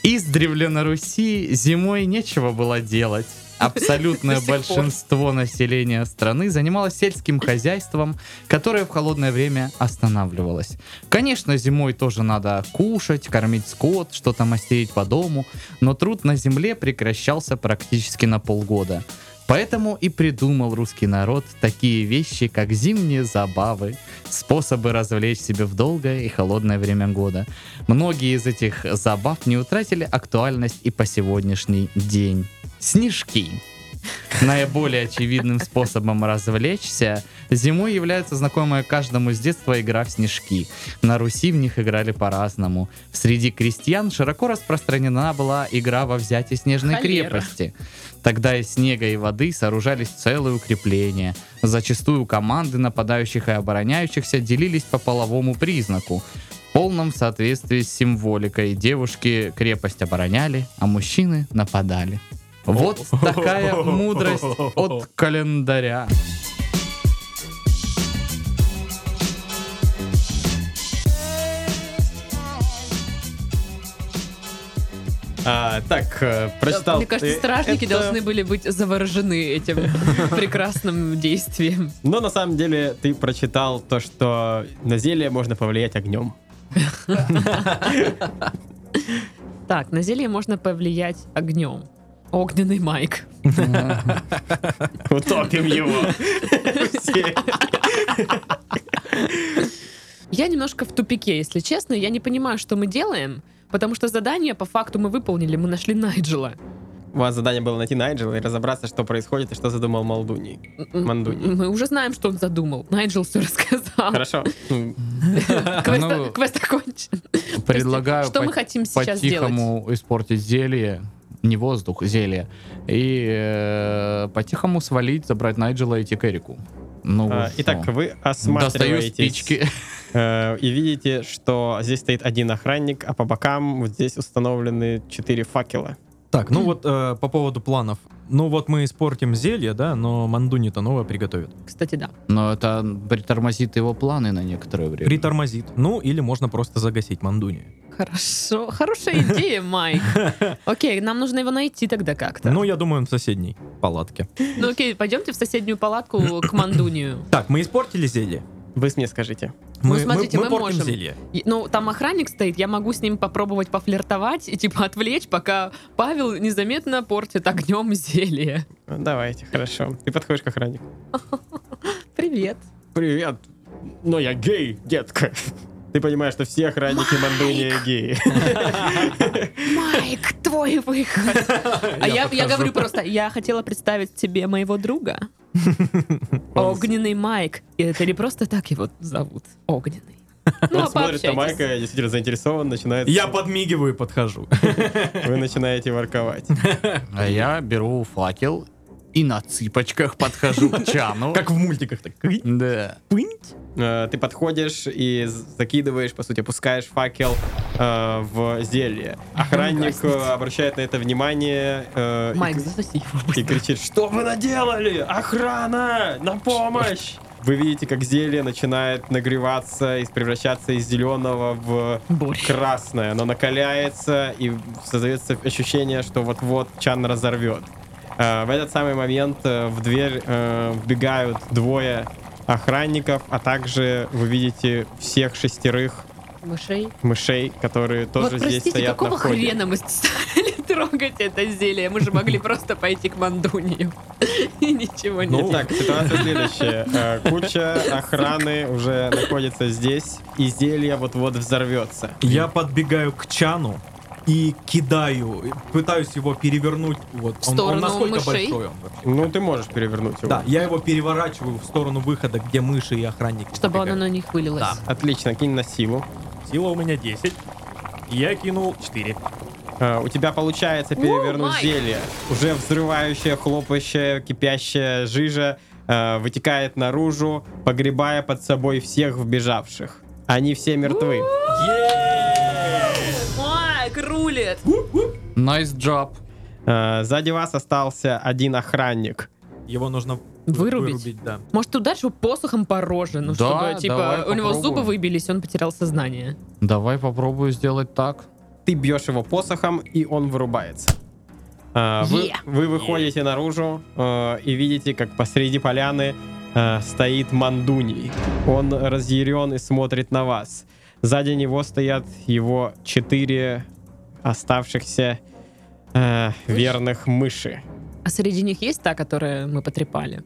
[SPEAKER 3] Издревле на Руси зимой нечего было делать. Абсолютное
[SPEAKER 1] До сих пор.
[SPEAKER 3] большинство населения страны занималось сельским хозяйством, которое в холодное время останавливалось. Конечно, зимой тоже надо кушать, кормить скот, что-то мастерить по дому, но труд на земле прекращался практически на полгода. Поэтому и придумал русский народ такие вещи, как зимние забавы, способы развлечь себя в долгое и холодное время года. Многие из этих забав не утратили актуальность и по сегодняшний день. Снежки. Наиболее очевидным способом развлечься зимой является знакомая каждому с детства игра в снежки. На Руси в них играли по-разному. Среди крестьян широко распространена была игра во взятие снежной
[SPEAKER 1] Холера.
[SPEAKER 3] крепости. Тогда из снега и воды сооружались целые укрепления. Зачастую команды нападающих и обороняющихся делились по половому признаку. В
[SPEAKER 8] полном соответствии с символикой. Девушки крепость обороняли, а мужчины нападали. Вот такая мудрость от календаря.
[SPEAKER 2] А, так, э, прочитал.
[SPEAKER 1] Мне кажется,
[SPEAKER 2] Э,
[SPEAKER 1] стражники
[SPEAKER 2] это-
[SPEAKER 1] должны были быть заворожены этим прекрасным действием.
[SPEAKER 2] Но на самом деле ты прочитал то, что на зелье можно повлиять огнем.
[SPEAKER 1] Так, на зелье можно повлиять огнем. Огненный майк.
[SPEAKER 2] Утопим его. Все.
[SPEAKER 1] Я немножко в тупике, если честно. Я не понимаю, что мы делаем, потому что задание по факту мы выполнили. Мы нашли Найджела.
[SPEAKER 2] У вас задание было найти Найджела и разобраться, что происходит и что задумал Молдуни. Мандуни.
[SPEAKER 1] Мы уже знаем, что он задумал. Найджел все рассказал.
[SPEAKER 2] Хорошо. Ну,
[SPEAKER 1] Квест,
[SPEAKER 8] Ну,
[SPEAKER 1] квест окончен.
[SPEAKER 8] Предлагаю
[SPEAKER 1] Что мы
[SPEAKER 8] пот-
[SPEAKER 1] хотим сейчас делать?
[SPEAKER 8] по-тихому испортить зелье, не воздух, зелье, и э, по-тихому свалить, забрать Найджела и идти к Эрику. Ну,
[SPEAKER 2] а,
[SPEAKER 8] что?
[SPEAKER 2] Итак, вы
[SPEAKER 8] достаю
[SPEAKER 2] осматриваете
[SPEAKER 8] спички.
[SPEAKER 2] и видите, что здесь стоит один охранник, а по бокам вот здесь установлены четыре факела.
[SPEAKER 4] Так, ну вот э, по поводу планов. Ну вот мы испортим зелье, да, но мандуни-то новое приготовит.
[SPEAKER 1] Кстати, да.
[SPEAKER 8] Но это притормозит его планы на некоторое время.
[SPEAKER 4] Притормозит. Ну или можно просто загасить мандуни.
[SPEAKER 1] Хорошо. Хорошая идея, Майк. Окей, нам нужно его найти тогда как-то.
[SPEAKER 4] Ну я думаю, он в соседней палатке.
[SPEAKER 1] Ну окей, пойдемте в соседнюю палатку к Мандунию.
[SPEAKER 4] Так, мы испортили зелье.
[SPEAKER 2] Вы с мне скажите.
[SPEAKER 1] Ну, смотрите, мы
[SPEAKER 4] портим
[SPEAKER 1] можем.
[SPEAKER 4] зелье.
[SPEAKER 1] И- Ну, там охранник стоит, я могу с ним попробовать пофлиртовать и типа отвлечь, пока Павел незаметно портит огнем зелье.
[SPEAKER 2] Ну, Давайте, хорошо. Ты подходишь к охраннику.
[SPEAKER 1] Привет.
[SPEAKER 2] Привет. Но я гей, детка. Ты понимаешь, что все охранники Мандуни геи.
[SPEAKER 1] Майк, твой выход. А я, я
[SPEAKER 4] подхожу.
[SPEAKER 1] говорю просто, я хотела представить тебе моего друга. Огненный Майк. И это не просто так его зовут. Огненный. Ну, а
[SPEAKER 2] Он смотрит на
[SPEAKER 1] пообщайтесь.
[SPEAKER 2] Майка, и действительно заинтересован, начинает...
[SPEAKER 4] Я подмигиваю и подхожу.
[SPEAKER 2] Вы начинаете ворковать.
[SPEAKER 8] А я беру факел и на цыпочках подхожу к Чану.
[SPEAKER 4] Как в мультиках так.
[SPEAKER 8] Да.
[SPEAKER 2] Э, Ты подходишь и з- закидываешь, по сути, пускаешь факел э, в зелье. Охранник
[SPEAKER 1] Он
[SPEAKER 2] э,
[SPEAKER 1] гаснет.
[SPEAKER 2] обращает на это внимание э, и
[SPEAKER 1] Майк,
[SPEAKER 2] кри-
[SPEAKER 1] засоси его.
[SPEAKER 2] и кричит, что вы наделали? Охрана! На помощь! Вы видите, как зелье начинает нагреваться и превращаться из зеленого в
[SPEAKER 1] Борь.
[SPEAKER 2] красное. Оно накаляется и создается ощущение, что вот-вот Чан разорвет. Э, В этот самый момент э, в дверь э, вбегают двое охранников, а также вы видите всех шестерых
[SPEAKER 1] Мышей.
[SPEAKER 2] мышей, которые тоже
[SPEAKER 1] вот
[SPEAKER 2] здесь
[SPEAKER 1] простите,
[SPEAKER 2] стоят
[SPEAKER 1] какого
[SPEAKER 2] на входе.
[SPEAKER 1] хрена мы стали трогать это зелье? Мы же могли просто пойти к Мандунию. И ничего не делать.
[SPEAKER 2] Итак, ситуация следующая. Э, Куча охраны уже находится здесь, и зелье вот-вот взорвется.
[SPEAKER 4] Я подбегаю к Чану и кидаю, пытаюсь его перевернуть. Вот.
[SPEAKER 1] В сторону
[SPEAKER 4] насколько
[SPEAKER 1] мышей?
[SPEAKER 4] большой он вообще?
[SPEAKER 2] Ну, ты можешь перевернуть его.
[SPEAKER 4] Да, я его переворачиваю в сторону выхода, где мыши и охранники.
[SPEAKER 1] Чтобы оно
[SPEAKER 4] забегают.
[SPEAKER 1] на них вылилось.
[SPEAKER 4] Да.
[SPEAKER 2] Отлично, кинь на силу.
[SPEAKER 4] Сила у меня 10. Я кинул 4.
[SPEAKER 2] Э, У тебя получается перевернуть
[SPEAKER 1] Майк!
[SPEAKER 2] зелье. Уже взрывающая, хлопающая, кипящая жижа э, вытекает наружу, погребая под собой всех вбежавших. Они все мертвы.
[SPEAKER 1] Майк рулит!
[SPEAKER 8] Nice job.
[SPEAKER 2] Э, Сзади вас остался один охранник.
[SPEAKER 4] Его нужно
[SPEAKER 1] Вырубить?
[SPEAKER 4] да.
[SPEAKER 1] Может, ты ударишь его посохом по роже,
[SPEAKER 8] Да,
[SPEAKER 1] ну, чтобы, типа,
[SPEAKER 8] давай
[SPEAKER 1] у него
[SPEAKER 8] попробуем.
[SPEAKER 1] зубы выбились, он потерял сознание.
[SPEAKER 8] Давай попробую сделать так.
[SPEAKER 2] Ты бьешь его посохом, и он вырубается. Э, Вы,
[SPEAKER 1] Е.
[SPEAKER 2] вы выходите наружу э, и видите, как посреди поляны э, стоит Мандуний. Он разъярен и смотрит на вас. Сзади него стоят его четыре оставшихся э, верных мыши.
[SPEAKER 1] А среди них есть та, которую мы потрепали?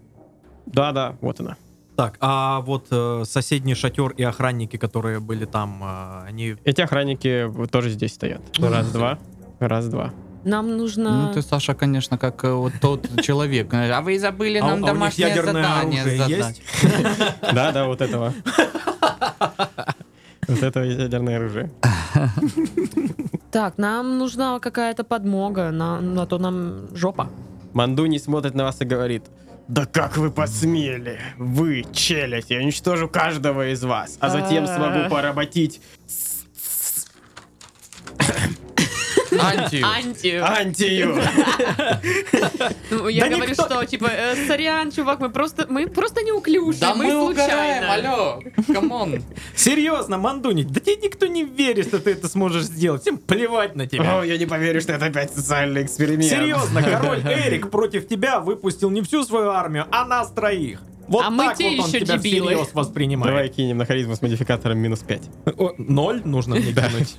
[SPEAKER 2] Да-да, вот она.
[SPEAKER 4] Так, а вот э, соседний шатер и охранники, которые были там, э, они...
[SPEAKER 2] Эти охранники тоже здесь стоят. Раз-два. Раз-два.
[SPEAKER 1] Нам нужно...
[SPEAKER 8] Ну ты, Саша, конечно, как э, вот тот человек. А вы забыли
[SPEAKER 4] А у-
[SPEAKER 8] нам
[SPEAKER 4] а у них
[SPEAKER 8] домашнее
[SPEAKER 4] ядерное
[SPEAKER 8] задание
[SPEAKER 4] оружие
[SPEAKER 8] задать.
[SPEAKER 4] есть?
[SPEAKER 2] Да-да, вот этого. Вот этого ядерное оружие.
[SPEAKER 1] Так, нам нужна какая-то подмога, на, на то нам жопа.
[SPEAKER 2] Мандуни смотрит на вас и говорит. Да как вы посмели? Вы, челядь, я уничтожу каждого из вас, а затем
[SPEAKER 1] А.
[SPEAKER 2] смогу поработить с-
[SPEAKER 3] Анти.
[SPEAKER 1] Анти.
[SPEAKER 2] А, Антию.
[SPEAKER 1] Ну, Я
[SPEAKER 4] Да
[SPEAKER 1] говорю,
[SPEAKER 4] никто-
[SPEAKER 1] что типа, э, сорян, чувак, мы просто, мы просто неуклюжи,
[SPEAKER 3] Да мы угораем,
[SPEAKER 1] случайно.
[SPEAKER 3] алло. Камон.
[SPEAKER 4] Серьезно, Мандуни, да тебе никто не верит, что ты это сможешь сделать. Всем плевать на тебя.
[SPEAKER 2] О, я не поверю, что это опять социальный эксперимент.
[SPEAKER 4] Серьезно, король Эрик против тебя выпустил не всю свою армию, а нас троих. Вот
[SPEAKER 1] А мы
[SPEAKER 4] так
[SPEAKER 1] те
[SPEAKER 4] вот он
[SPEAKER 1] еще
[SPEAKER 4] тебя
[SPEAKER 1] дебилы.
[SPEAKER 4] всерьез
[SPEAKER 2] Давай
[SPEAKER 4] воспринимает.
[SPEAKER 2] кинем на харизму с модификатором минус 5.
[SPEAKER 4] О, Ноль нужно мне кинуть.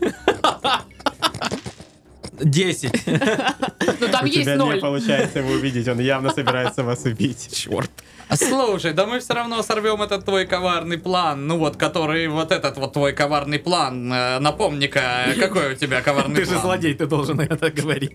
[SPEAKER 4] Десять.
[SPEAKER 1] Ну там
[SPEAKER 2] У
[SPEAKER 1] есть
[SPEAKER 2] тебя не
[SPEAKER 1] ноль.
[SPEAKER 2] получается его убедить, он явно собирается вас убить. Черт.
[SPEAKER 3] Слушай, да мы все равно сорвем этот твой коварный план. Ну вот, который вот этот вот твой коварный план. Э, Напомни-ка, какой у тебя коварный
[SPEAKER 4] Ты
[SPEAKER 3] план?
[SPEAKER 4] же злодей, ты должен это говорить.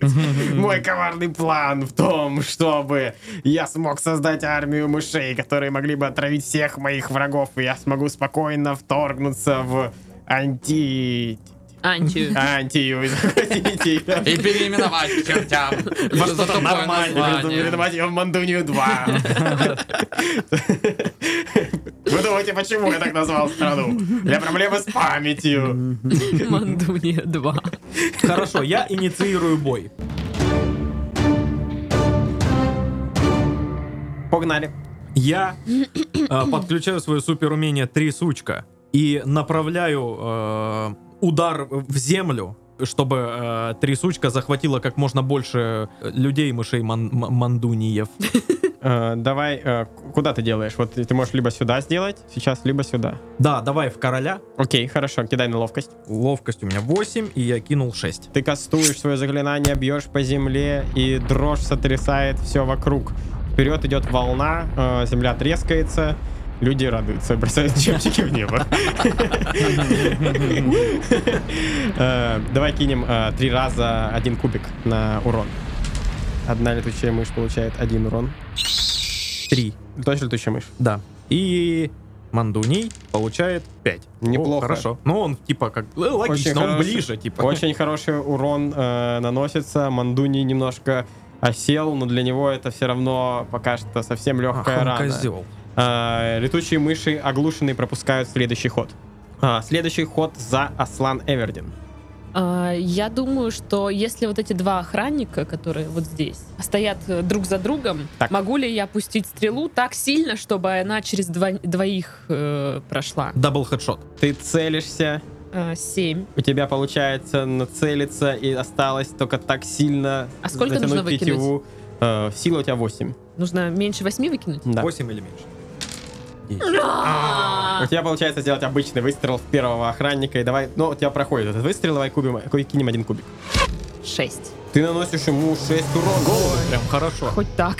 [SPEAKER 2] Мой коварный план в том, чтобы я смог создать армию мышей, которые могли бы отравить всех моих врагов, и я смогу спокойно вторгнуться в анти...
[SPEAKER 1] Анти.
[SPEAKER 2] Антию и захватить ее.
[SPEAKER 3] И переименовать к чертям.
[SPEAKER 2] Во
[SPEAKER 3] За
[SPEAKER 2] что-то
[SPEAKER 3] тупое
[SPEAKER 2] нормальное,
[SPEAKER 3] название.
[SPEAKER 2] переименовать ее в Мандунию 2. Вы думаете, почему я так назвал страну? Для проблемы с памятью.
[SPEAKER 1] Мандуния 2.
[SPEAKER 4] Хорошо, я инициирую бой.
[SPEAKER 2] Погнали.
[SPEAKER 4] Я э, подключаю свое суперумение «Три сучка» и направляю э, удар в землю, чтобы э, «Три сучка» захватила как можно больше э, людей, мышей, ман- м- мандуниев.
[SPEAKER 2] Э, Давай, куда ты делаешь? Вот ты можешь либо сюда сделать, сейчас, либо сюда.
[SPEAKER 4] Да, давай в короля.
[SPEAKER 2] Окей, хорошо, кидай на ловкость.
[SPEAKER 4] Ловкость у меня 8, и я кинул 6.
[SPEAKER 2] Ты кастуешь свое заклинание, бьешь по земле, и дрожь сотрясает все вокруг. Вперед идет волна, э, земля трескается, люди радуются, бросают чепчики в небо. Э, Давай кинем э, три раза один кубик на урон. Одна летучая мышь получает один урон.
[SPEAKER 4] 3,
[SPEAKER 2] Точно летучая мышь?
[SPEAKER 4] да. И мандуний получает 5.
[SPEAKER 2] Неплохо.
[SPEAKER 4] хорошо. Ну, он типа как... э, Логично, он
[SPEAKER 2] хорошо.
[SPEAKER 4] ближе, типа.
[SPEAKER 2] Очень хороший урон э, наносится. Мандуни немножко осел, но для него это все равно пока что совсем
[SPEAKER 4] Ах,
[SPEAKER 2] легкая
[SPEAKER 4] он
[SPEAKER 2] рана.
[SPEAKER 4] козел.
[SPEAKER 2] А, Летучие мыши оглушенные пропускают следующий ход. А, Следующий ход за Аслан Эвердин.
[SPEAKER 1] А, Я думаю, что если вот эти два охранника, которые вот здесь, стоят э, друг за другом,
[SPEAKER 2] Так.
[SPEAKER 1] могу ли я пустить стрелу так сильно, чтобы она через два- двоих э, прошла?
[SPEAKER 4] Дабл хедшот.
[SPEAKER 2] Ты целишься,
[SPEAKER 1] А, Семь.
[SPEAKER 2] у тебя получается нацелиться, и осталось только так сильно
[SPEAKER 1] А сколько нужно
[SPEAKER 2] затянуть
[SPEAKER 1] выкинуть?
[SPEAKER 2] тетиву. Э, Сила у тебя 8.
[SPEAKER 1] Нужно меньше восьми выкинуть?
[SPEAKER 2] Да.
[SPEAKER 4] 8 или меньше.
[SPEAKER 2] У тебя получается сделать обычный выстрел в первого охранника, и давай, ну, у тебя проходит этот выстрел, давай кубим, ку- кинем один кубик.
[SPEAKER 1] Шесть.
[SPEAKER 2] Ты наносишь ему 6 урона.
[SPEAKER 4] Прям хорошо.
[SPEAKER 1] Хоть так.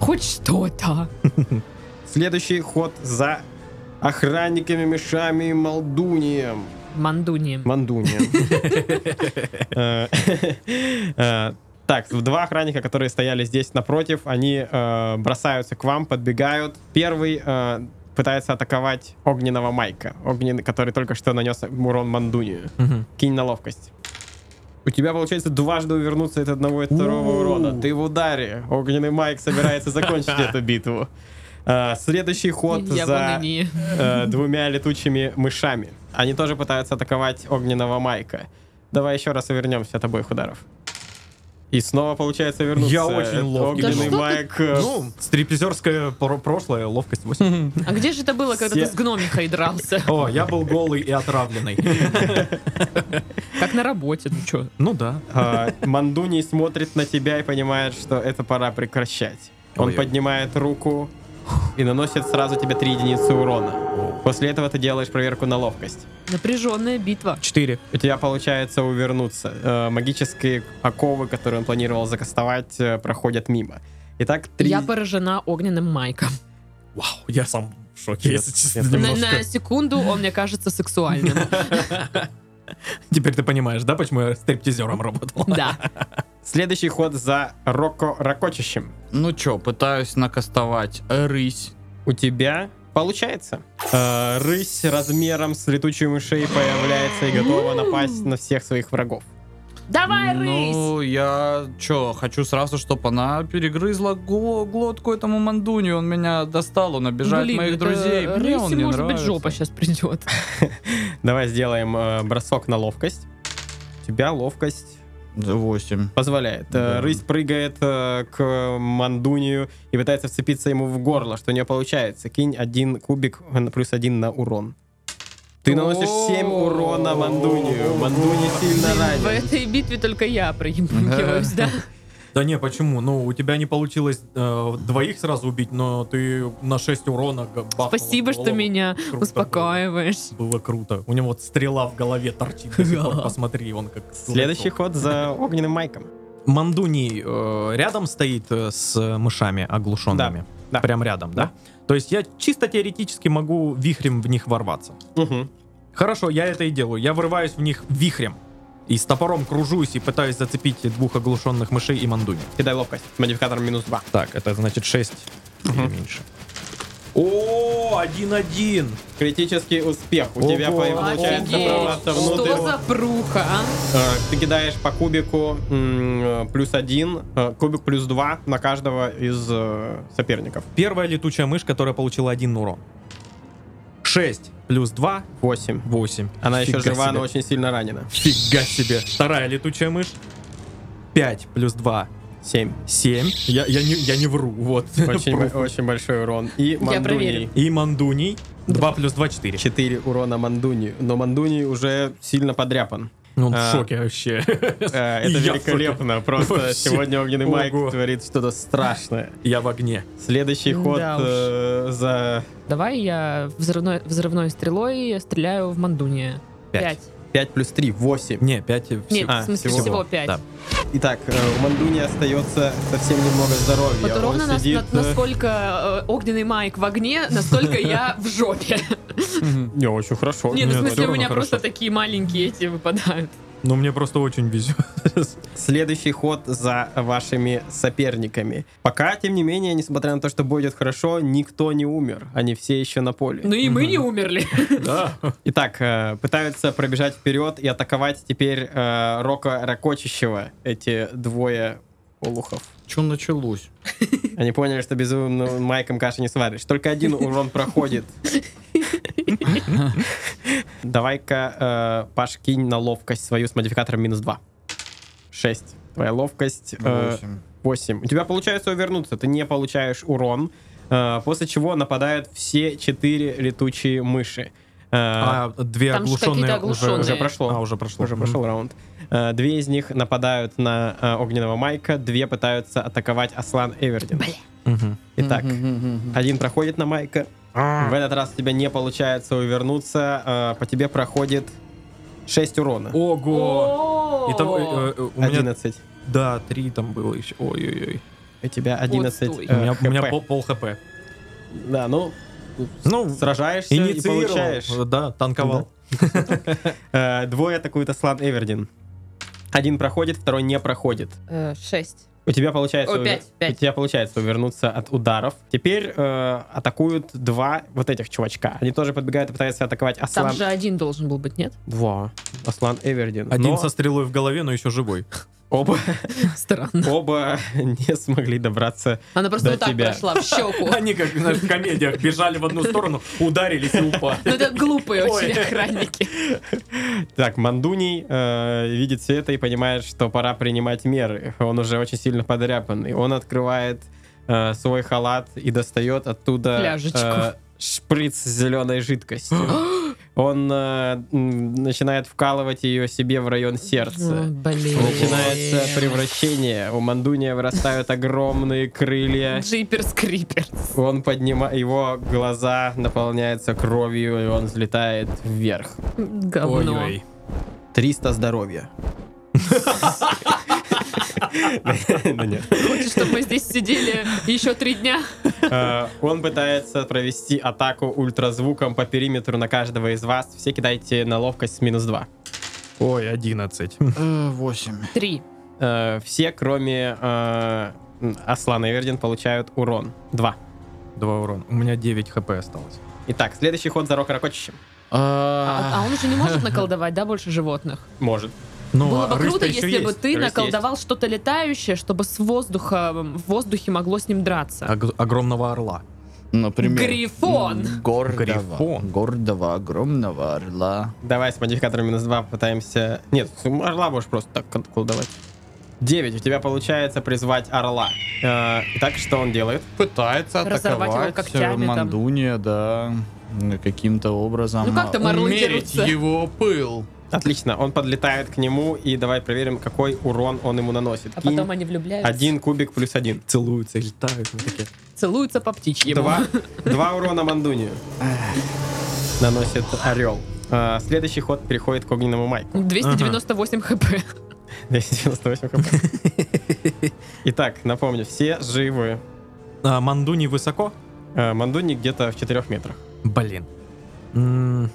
[SPEAKER 1] Хоть что-то.
[SPEAKER 2] Следующий ход за охранниками, мешами и молдунием.
[SPEAKER 1] Мандунием.
[SPEAKER 2] Мандуния. Э, э, Так, два охранника, которые стояли здесь напротив, они э, бросаются к вам, подбегают. Первый э, пытается атаковать огненного Майка, огненный, который только что нанес урон Мандунию. Кинь на ловкость. У тебя получается дважды увернуться от одного и от второго
[SPEAKER 4] У.
[SPEAKER 2] урона. Ты в ударе. Огненный Майк собирается закончить эту битву. Э, Следующий ход
[SPEAKER 1] Я
[SPEAKER 2] за
[SPEAKER 1] бы на ней.
[SPEAKER 2] э, двумя летучими мышами. Они тоже пытаются атаковать огненного Майка. Давай еще раз вернемся от обоих ударов. И снова получается вернуться.
[SPEAKER 4] Я очень ловкий.
[SPEAKER 1] Да
[SPEAKER 2] Огненный
[SPEAKER 1] что ты-
[SPEAKER 2] Майк. э,
[SPEAKER 4] Ну, стриптизерское про- прошлое, ловкость 8.
[SPEAKER 1] А где же это было, когда ты
[SPEAKER 2] Все-
[SPEAKER 1] с гномихой дрался?
[SPEAKER 4] О, я был голый и отравленный.
[SPEAKER 1] Как на работе, ну чё?
[SPEAKER 4] Ну да.
[SPEAKER 2] э, Мандуни смотрит на тебя и понимает, что это пора прекращать. Он
[SPEAKER 4] Ой-ой.
[SPEAKER 2] поднимает руку и наносит сразу тебе три единицы урона. После этого ты делаешь проверку на ловкость.
[SPEAKER 1] Напряженная битва.
[SPEAKER 4] 4.
[SPEAKER 2] У тебя получается увернуться. Э, магические оковы, которые он планировал закастовать, э, проходят мимо. Итак, три...
[SPEAKER 1] Я поражена огненным майком.
[SPEAKER 4] Вау, я сам в шоке, если честно.
[SPEAKER 2] я
[SPEAKER 1] На,
[SPEAKER 2] Немножко.
[SPEAKER 1] на секунду он мне кажется сексуальным.
[SPEAKER 4] Теперь ты понимаешь, да, почему я стриптизером работал?
[SPEAKER 1] Да.
[SPEAKER 2] Следующий ход за Рокко Рокочищем.
[SPEAKER 3] Ну чё, пытаюсь накастовать рысь.
[SPEAKER 2] У тебя получается. Э, рысь размером с летучую мышей появляется и готова напасть на всех своих врагов.
[SPEAKER 1] Давай, рысь!
[SPEAKER 3] Ну, я чё, хочу сразу, чтобы она перегрызла го- глотку этому мандуни. Он меня достал, он обижает
[SPEAKER 1] Блин,
[SPEAKER 3] моих
[SPEAKER 1] это
[SPEAKER 3] друзей. Мне
[SPEAKER 1] рыси,
[SPEAKER 3] он не
[SPEAKER 1] может быть,
[SPEAKER 3] нравится.
[SPEAKER 1] жопа сейчас придет.
[SPEAKER 2] Давай сделаем э, бросок на ловкость. У тебя ловкость
[SPEAKER 8] 8.
[SPEAKER 2] Позволяет. Э,
[SPEAKER 8] Да.
[SPEAKER 2] Рысь прыгает э, к Мандунию и пытается вцепиться ему в горло, что у нее получается. Кинь один кубик э, плюс один на урон. Ты наносишь 7 урона Мандунию. Мандуни сильно
[SPEAKER 1] В
[SPEAKER 2] ранен.
[SPEAKER 1] этой битве только я проебываюсь, да?
[SPEAKER 4] Да не, почему? Ну, у тебя не получилось э, двоих сразу убить, но ты на 6 урона г- бахнула
[SPEAKER 1] Спасибо,
[SPEAKER 4] в
[SPEAKER 1] что
[SPEAKER 4] голову.
[SPEAKER 1] меня
[SPEAKER 4] Круто
[SPEAKER 1] успокаиваешь.
[SPEAKER 4] Было круто. У него вот стрела в голове торчит. до сих пор. Посмотри, он как...
[SPEAKER 2] Следующий ход за огненным майком.
[SPEAKER 4] Мандуни э, рядом стоит э, с мышами оглушенными.
[SPEAKER 2] Да, да.
[SPEAKER 4] Прям рядом, да? То есть я чисто теоретически могу вихрем в них ворваться.
[SPEAKER 2] Мгм.
[SPEAKER 4] Хорошо, я это и делаю. Я вырываюсь в них вихрем. И с топором кружусь и пытаюсь зацепить двух оглушенных мышей и мандуни.
[SPEAKER 2] Кидай ловкость. С модификатором минус 2.
[SPEAKER 4] Так, это значит 6
[SPEAKER 2] Мгм.
[SPEAKER 4] или меньше. О, один-один.
[SPEAKER 2] Критический успех. У тебя
[SPEAKER 4] Ого.
[SPEAKER 2] получается
[SPEAKER 1] Офигеть,
[SPEAKER 2] прорваться внутрь.
[SPEAKER 1] что за пруха, а?
[SPEAKER 2] Э, Ты кидаешь по кубику м, э, плюс один, э, кубик плюс два на каждого из э, соперников.
[SPEAKER 4] Первая летучая мышь, которая получила один урон. 6 плюс 2,
[SPEAKER 2] Восемь.
[SPEAKER 4] 8.
[SPEAKER 2] Она еще жива, но очень сильно ранена.
[SPEAKER 4] Фига себе. Вторая летучая мышь. 5 плюс 2,
[SPEAKER 2] Семь.
[SPEAKER 4] 7. Я, я, не, я не вру, вот.
[SPEAKER 2] Очень, бо- очень большой урон. И Мандуний.
[SPEAKER 1] проверю.
[SPEAKER 4] И мандуний. 2 плюс 2, 4.
[SPEAKER 2] Четыре урона Мандуни. Но Мандуни уже сильно подряпан.
[SPEAKER 4] Ну, он
[SPEAKER 2] А.
[SPEAKER 4] в шоке вообще.
[SPEAKER 2] Э,
[SPEAKER 4] И
[SPEAKER 2] Это
[SPEAKER 4] я
[SPEAKER 2] великолепно. Просто
[SPEAKER 4] Вообще.
[SPEAKER 2] сегодня огненный майк
[SPEAKER 4] Ого.
[SPEAKER 2] творит что-то страшное.
[SPEAKER 4] Я в огне.
[SPEAKER 2] Следующий ход
[SPEAKER 1] Да уж.
[SPEAKER 2] э, за
[SPEAKER 1] Давай я взрывной, взрывной стрелой стреляю в Мандуне.
[SPEAKER 4] Пять.
[SPEAKER 2] 5 плюс 3, 8.
[SPEAKER 4] Не, 5
[SPEAKER 1] Нет,
[SPEAKER 2] А,
[SPEAKER 1] в смысле
[SPEAKER 2] всего.
[SPEAKER 1] всего, пять.
[SPEAKER 4] Да.
[SPEAKER 2] Итак, э, у Мандуни остается совсем немного здоровья.
[SPEAKER 1] Вот ровно
[SPEAKER 2] Он
[SPEAKER 1] нас-
[SPEAKER 2] сидит, э,
[SPEAKER 1] на- насколько э, огненный майк в огне, настолько я в жопе.
[SPEAKER 2] Не, очень хорошо.
[SPEAKER 1] Нет, ну, в
[SPEAKER 4] Нет,
[SPEAKER 1] смысле,
[SPEAKER 4] всё
[SPEAKER 1] у меня
[SPEAKER 4] равно
[SPEAKER 1] просто
[SPEAKER 4] хорошо.
[SPEAKER 1] такие маленькие эти выпадают.
[SPEAKER 4] Ну, мне просто очень везет.
[SPEAKER 2] Следующий ход за вашими соперниками. Пока, тем не менее, несмотря на то, что бой идет хорошо, никто не умер. Они все еще на поле.
[SPEAKER 1] Ну и мы не умерли.
[SPEAKER 4] Да.
[SPEAKER 2] Итак, э, пытаются пробежать вперед и атаковать теперь э, Рока Рокочущего, эти двое олухов.
[SPEAKER 8] Что началось?
[SPEAKER 2] Они поняли, что безумным майком каши не сваришь. Только один урон проходит. Давай-ка, э, Паш, кинь на ловкость свою с модификатором минус 2. 6. Твоя ловкость
[SPEAKER 8] 8.
[SPEAKER 2] 8. У тебя получается увернуться, ты не получаешь урон. Э, После чего нападают все четыре летучие мыши. Э,
[SPEAKER 4] А, две
[SPEAKER 1] Там же
[SPEAKER 4] оглушенные
[SPEAKER 1] какие-то
[SPEAKER 4] уже,
[SPEAKER 2] Уже
[SPEAKER 1] оглушенные.
[SPEAKER 2] прошло.
[SPEAKER 4] А, уже прошло.
[SPEAKER 2] Уже прошел раунд. Э, Две из них нападают на э, огненного майка, две пытаются атаковать Аслан Эвердин.
[SPEAKER 4] Мгм.
[SPEAKER 2] Итак,
[SPEAKER 8] Мгм.
[SPEAKER 2] один проходит на майка.
[SPEAKER 4] А.
[SPEAKER 2] В этот раз у тебя не получается увернуться. э, По тебе проходит 6 урона.
[SPEAKER 4] Ого!
[SPEAKER 1] О,
[SPEAKER 4] И там, э, э, у меня...
[SPEAKER 2] 11.
[SPEAKER 4] Да, три там было еще. Ой-ой-ой.
[SPEAKER 2] У тебя 11
[SPEAKER 1] стой.
[SPEAKER 2] э,
[SPEAKER 4] У меня- у меня
[SPEAKER 2] хп.
[SPEAKER 4] пол- пол хп.
[SPEAKER 2] Да, ну,
[SPEAKER 4] Ну,
[SPEAKER 2] сражаешься и
[SPEAKER 4] инициировал.
[SPEAKER 2] получаешь.
[SPEAKER 4] Да, танковал.
[SPEAKER 2] Э, Двое атакуют Аслан Эвердин. Один проходит, второй не проходит.
[SPEAKER 1] э, Шесть.
[SPEAKER 2] У тебя получается,
[SPEAKER 1] О,
[SPEAKER 2] увер-
[SPEAKER 1] пять, пять.
[SPEAKER 2] У тебя получается увернуться от ударов. Теперь э, атакуют два вот этих чувачка. Они тоже подбегают и пытаются атаковать Аслан.
[SPEAKER 1] Там же один должен был быть, нет?
[SPEAKER 2] Два. Аслан Эвердин.
[SPEAKER 4] Один
[SPEAKER 2] Но
[SPEAKER 4] со стрелой в голове, но еще живой.
[SPEAKER 2] оба,
[SPEAKER 1] Странно.
[SPEAKER 2] оба не смогли добраться.
[SPEAKER 1] Она просто
[SPEAKER 2] До
[SPEAKER 1] вот так
[SPEAKER 2] тебя.
[SPEAKER 1] прошла в Ну, щеку.
[SPEAKER 4] Они как знаешь, в комедиях бежали в одну сторону, ударились и упали.
[SPEAKER 1] Ну это глупые очень
[SPEAKER 4] Ой.
[SPEAKER 1] охранники.
[SPEAKER 2] Так, Мандуний э, видит все это и понимает, что пора принимать меры. Он уже очень сильно подряпанный. Он открывает э, свой халат и достает оттуда
[SPEAKER 1] Пляжечку.
[SPEAKER 2] э, шприц с зеленой жидкостью. Он э, м, начинает вкалывать ее себе в район
[SPEAKER 1] О,
[SPEAKER 2] сердца.
[SPEAKER 1] Ну, Блин.
[SPEAKER 2] Начинается превращение. У Мандуния вырастают огромные крылья.
[SPEAKER 1] Джиперс Криперс.
[SPEAKER 2] Он поднимает, его глаза наполняются кровью, и он взлетает вверх.
[SPEAKER 1] Говно.
[SPEAKER 2] 300 здоровья. Да Ну нет.
[SPEAKER 1] Хочешь, чтобы мы здесь сидели еще три дня?
[SPEAKER 2] Э, Он пытается провести атаку ультразвуком по периметру на каждого из вас. Все кидайте на ловкость с минус 2.
[SPEAKER 4] Ой, 11.
[SPEAKER 8] Э, восемь.
[SPEAKER 1] Три.
[SPEAKER 2] Э, Все, кроме э, м, Аслана Эвердин, получают урон. 2.
[SPEAKER 4] Два урона. У меня 9 хп осталось.
[SPEAKER 2] Итак, следующий ход за Рок Рокочищем.
[SPEAKER 1] А, а он же не может наколдовать, да, больше животных?
[SPEAKER 2] Может.
[SPEAKER 4] Ну,
[SPEAKER 1] Было
[SPEAKER 4] а
[SPEAKER 1] бы
[SPEAKER 4] рысь-то
[SPEAKER 1] круто,
[SPEAKER 4] еще
[SPEAKER 1] если бы
[SPEAKER 4] есть.
[SPEAKER 1] ты
[SPEAKER 2] Рысь
[SPEAKER 1] наколдовал что-то летающее, чтобы с воздуха, в воздухе могло с ним драться.
[SPEAKER 4] Ог- огромного орла.
[SPEAKER 8] Например.
[SPEAKER 1] Грифон.
[SPEAKER 8] м, Гордого.
[SPEAKER 4] Грифон.
[SPEAKER 8] Гордого огромного орла.
[SPEAKER 2] Давай с модификатором минус 2 пытаемся... Нет, с- орла можешь просто так кон- колдовать. 9. У тебя получается призвать орла. Э, Итак, что он делает?
[SPEAKER 8] Пытается
[SPEAKER 1] Разорвать его
[SPEAKER 8] атаковать
[SPEAKER 1] когтями
[SPEAKER 8] э,
[SPEAKER 1] там.
[SPEAKER 8] Мандуния, да, э, каким-то образом.
[SPEAKER 1] Ну как там орлы
[SPEAKER 3] Умерить
[SPEAKER 1] дерутся?
[SPEAKER 3] его пыл.
[SPEAKER 2] Отлично. Он подлетает к нему, и давай проверим, какой урон он ему наносит.
[SPEAKER 1] А
[SPEAKER 2] Кинь
[SPEAKER 1] потом они влюбляются.
[SPEAKER 2] Один кубик плюс один.
[SPEAKER 4] Целуются, летают. мы такие.
[SPEAKER 1] Целуются по птичьему.
[SPEAKER 2] Два, два урона Мандунию. Наносит орел. А, Следующий ход переходит к огненному майку.
[SPEAKER 1] 298 хп.
[SPEAKER 2] 298 хп. Итак, напомню, все живы.
[SPEAKER 4] А, Мандуни высоко?
[SPEAKER 2] А, Мандуни где-то в 4 метрах.
[SPEAKER 4] Блин. М-м.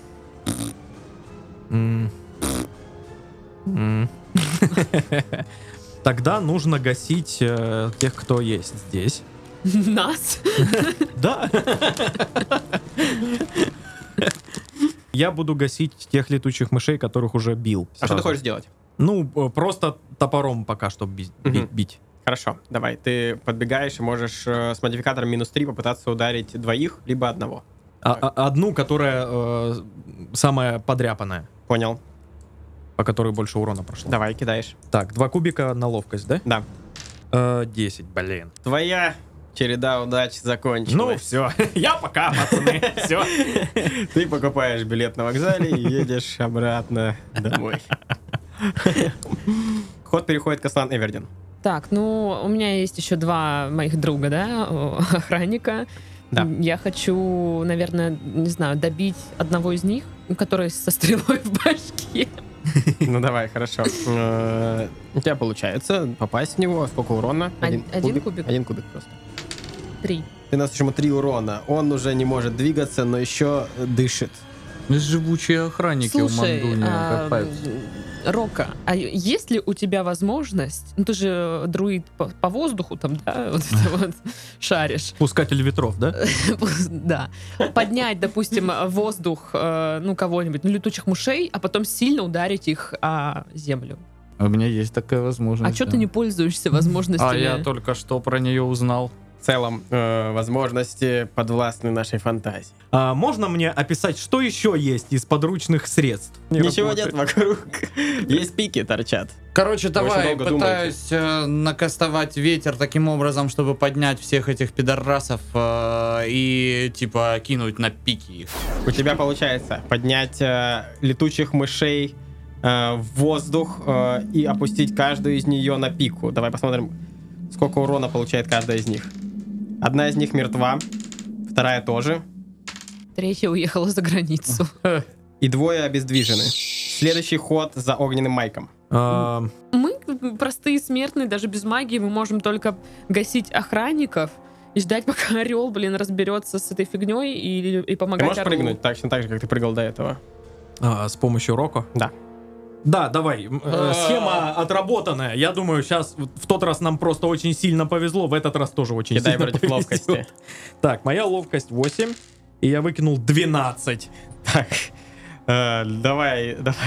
[SPEAKER 4] М. М. М. М-м. Тогда нужно гасить э, тех, кто есть здесь.
[SPEAKER 1] Нас?
[SPEAKER 4] Да. Я буду гасить тех летучих мышей, которых уже бил.
[SPEAKER 2] А что ты
[SPEAKER 4] сразу.
[SPEAKER 2] хочешь сделать?
[SPEAKER 4] Ну, э, просто топором пока что би- би-
[SPEAKER 2] Мгм.
[SPEAKER 4] бить.
[SPEAKER 2] Хорошо, давай. Ты подбегаешь и можешь э, с модификатором минус 3 попытаться ударить двоих, либо одного.
[SPEAKER 4] А- а- Одну, которая э, самая подряпанная,
[SPEAKER 2] Понял.
[SPEAKER 4] по которой больше урона прошло.
[SPEAKER 2] Давай, кидаешь.
[SPEAKER 4] Так, два кубика на ловкость, да?
[SPEAKER 2] Да.
[SPEAKER 4] Э, 10, блин.
[SPEAKER 2] Твоя череда удач
[SPEAKER 4] Ну
[SPEAKER 2] закончилась.
[SPEAKER 4] все, я пока, пацаны, все.
[SPEAKER 2] Ты покупаешь билет на вокзале и едешь обратно домой. Ход переходит к Аслан Эвердин.
[SPEAKER 1] Так, ну, у меня есть еще два моих друга, да, о, охранника.
[SPEAKER 2] Да.
[SPEAKER 1] М, Я хочу, наверное, не знаю, добить одного из них, ну, который со стрелой в башке.
[SPEAKER 2] Ну давай, хорошо. Э, У тебя получается попасть в него. Сколько урона?
[SPEAKER 1] Один- один кубик?
[SPEAKER 2] Один кубик просто.
[SPEAKER 1] Три.
[SPEAKER 2] Ты наносишь ему три урона. Он уже не может двигаться, но еще дышит.
[SPEAKER 8] Живучие охранники у
[SPEAKER 1] Слушай,
[SPEAKER 8] Мандуния
[SPEAKER 1] а,
[SPEAKER 8] копаются.
[SPEAKER 1] Рока, а есть ли у тебя возможность, ну ты же друид по, по воздуху там, да, вот это вот шаришь,
[SPEAKER 4] Пускатель ветров, да?
[SPEAKER 1] да, поднять, допустим, воздух, э, ну кого-нибудь, ну летучих мышей, а потом сильно ударить их о землю.
[SPEAKER 8] У меня есть такая возможность.
[SPEAKER 1] А что
[SPEAKER 8] да.
[SPEAKER 1] ты не пользуешься возможностями?
[SPEAKER 8] А я только что про нее узнал.
[SPEAKER 2] В целом, э, возможности подвластны нашей фантазии.
[SPEAKER 4] А можно мне описать, что еще есть из подручных средств?
[SPEAKER 2] Ничего нет вокруг. Есть пики торчат.
[SPEAKER 3] Короче, давай,
[SPEAKER 2] долго
[SPEAKER 3] пытаюсь э, накастовать ветер таким образом, чтобы поднять всех этих пидорасов э, и, типа, кинуть на пики их.
[SPEAKER 2] У тебя получается поднять э, летучих мышей э, в воздух э, и опустить каждую из нее на пику. Давай посмотрим, сколько урона получает каждая из них. Одна из них мертва, вторая тоже,
[SPEAKER 1] Третья уехала за границу.
[SPEAKER 2] и двое обездвижены. Следующий ход за огненным майком.
[SPEAKER 4] А,
[SPEAKER 1] Мы простые смертные, даже без магии, мы можем только гасить охранников и ждать, пока орел, блин, разберется с этой фигней и, и
[SPEAKER 2] Ты
[SPEAKER 1] помогать
[SPEAKER 2] можешь
[SPEAKER 1] орлу.
[SPEAKER 2] прыгнуть точно так же, как ты прыгал до этого?
[SPEAKER 4] а, с помощью Роко?
[SPEAKER 2] Да.
[SPEAKER 4] Да, давай. м,
[SPEAKER 1] А.
[SPEAKER 4] э, Схема отработанная. Я думаю, сейчас в тот раз нам просто очень сильно повезло, в этот раз тоже очень
[SPEAKER 2] Кидай
[SPEAKER 4] сильно
[SPEAKER 2] против
[SPEAKER 4] повезет.
[SPEAKER 2] ловкости.
[SPEAKER 4] Так, моя ловкость 8, и я выкинул 12.
[SPEAKER 2] Так, э, давай, давай.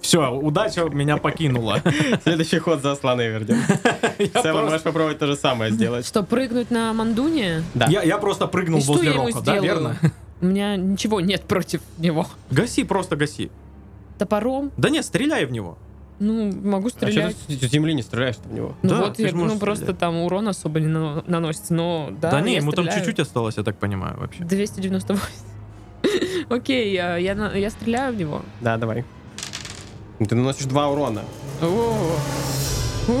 [SPEAKER 4] Все, удача меня покинула.
[SPEAKER 2] Следующий ход за слона Эвердин.
[SPEAKER 4] Я
[SPEAKER 2] В целом
[SPEAKER 4] просто-
[SPEAKER 2] можешь попробовать то же самое сделать.
[SPEAKER 1] Что, прыгнуть на Мандуне?
[SPEAKER 2] Да.
[SPEAKER 4] Я, я просто прыгнул
[SPEAKER 1] И что
[SPEAKER 4] Ну, возле
[SPEAKER 1] я ему
[SPEAKER 4] Рока, да,
[SPEAKER 1] сделаю?
[SPEAKER 4] верно?
[SPEAKER 1] У меня ничего нет против него.
[SPEAKER 4] Гаси, просто гаси.
[SPEAKER 1] Топором?
[SPEAKER 4] Да нет, стреляй в него.
[SPEAKER 1] Ну, могу
[SPEAKER 2] А чё
[SPEAKER 1] стрелять.
[SPEAKER 2] ты с с земли не стреляешь в него?
[SPEAKER 1] ну
[SPEAKER 4] Да,
[SPEAKER 1] вот,
[SPEAKER 4] ты ж
[SPEAKER 1] я, ну
[SPEAKER 4] можешь
[SPEAKER 1] просто
[SPEAKER 4] стрелять.
[SPEAKER 1] там урон особо не на- наносится, но да,
[SPEAKER 4] Да, не,
[SPEAKER 1] я
[SPEAKER 4] ему там
[SPEAKER 1] стреляю.
[SPEAKER 4] чуть-чуть осталось, я так понимаю, вообще.
[SPEAKER 1] 298. Окей, я, я, на- я стреляю в него.
[SPEAKER 2] Да, давай. Ну, Ты наносишь два урона.
[SPEAKER 1] О. У.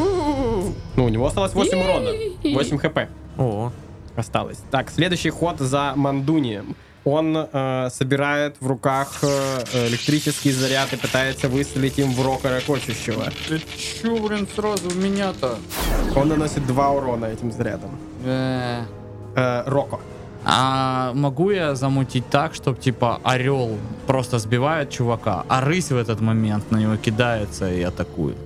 [SPEAKER 2] Ну, у него осталось 8 урона. 8 хп
[SPEAKER 4] О,
[SPEAKER 2] осталось. Так, следующий ход за Мандунием. Он э, собирает в руках э, электрический заряд и пытается выстрелить им в Рока Рокочущего.
[SPEAKER 3] Ты чё, блин, сразу в меня-то?
[SPEAKER 2] Он наносит два урона этим зарядом.
[SPEAKER 8] Э,
[SPEAKER 2] Э, Роко.
[SPEAKER 8] А могу я замутить так, чтобы типа орел просто сбивает чувака, а рысь в этот момент на него кидается и атакует?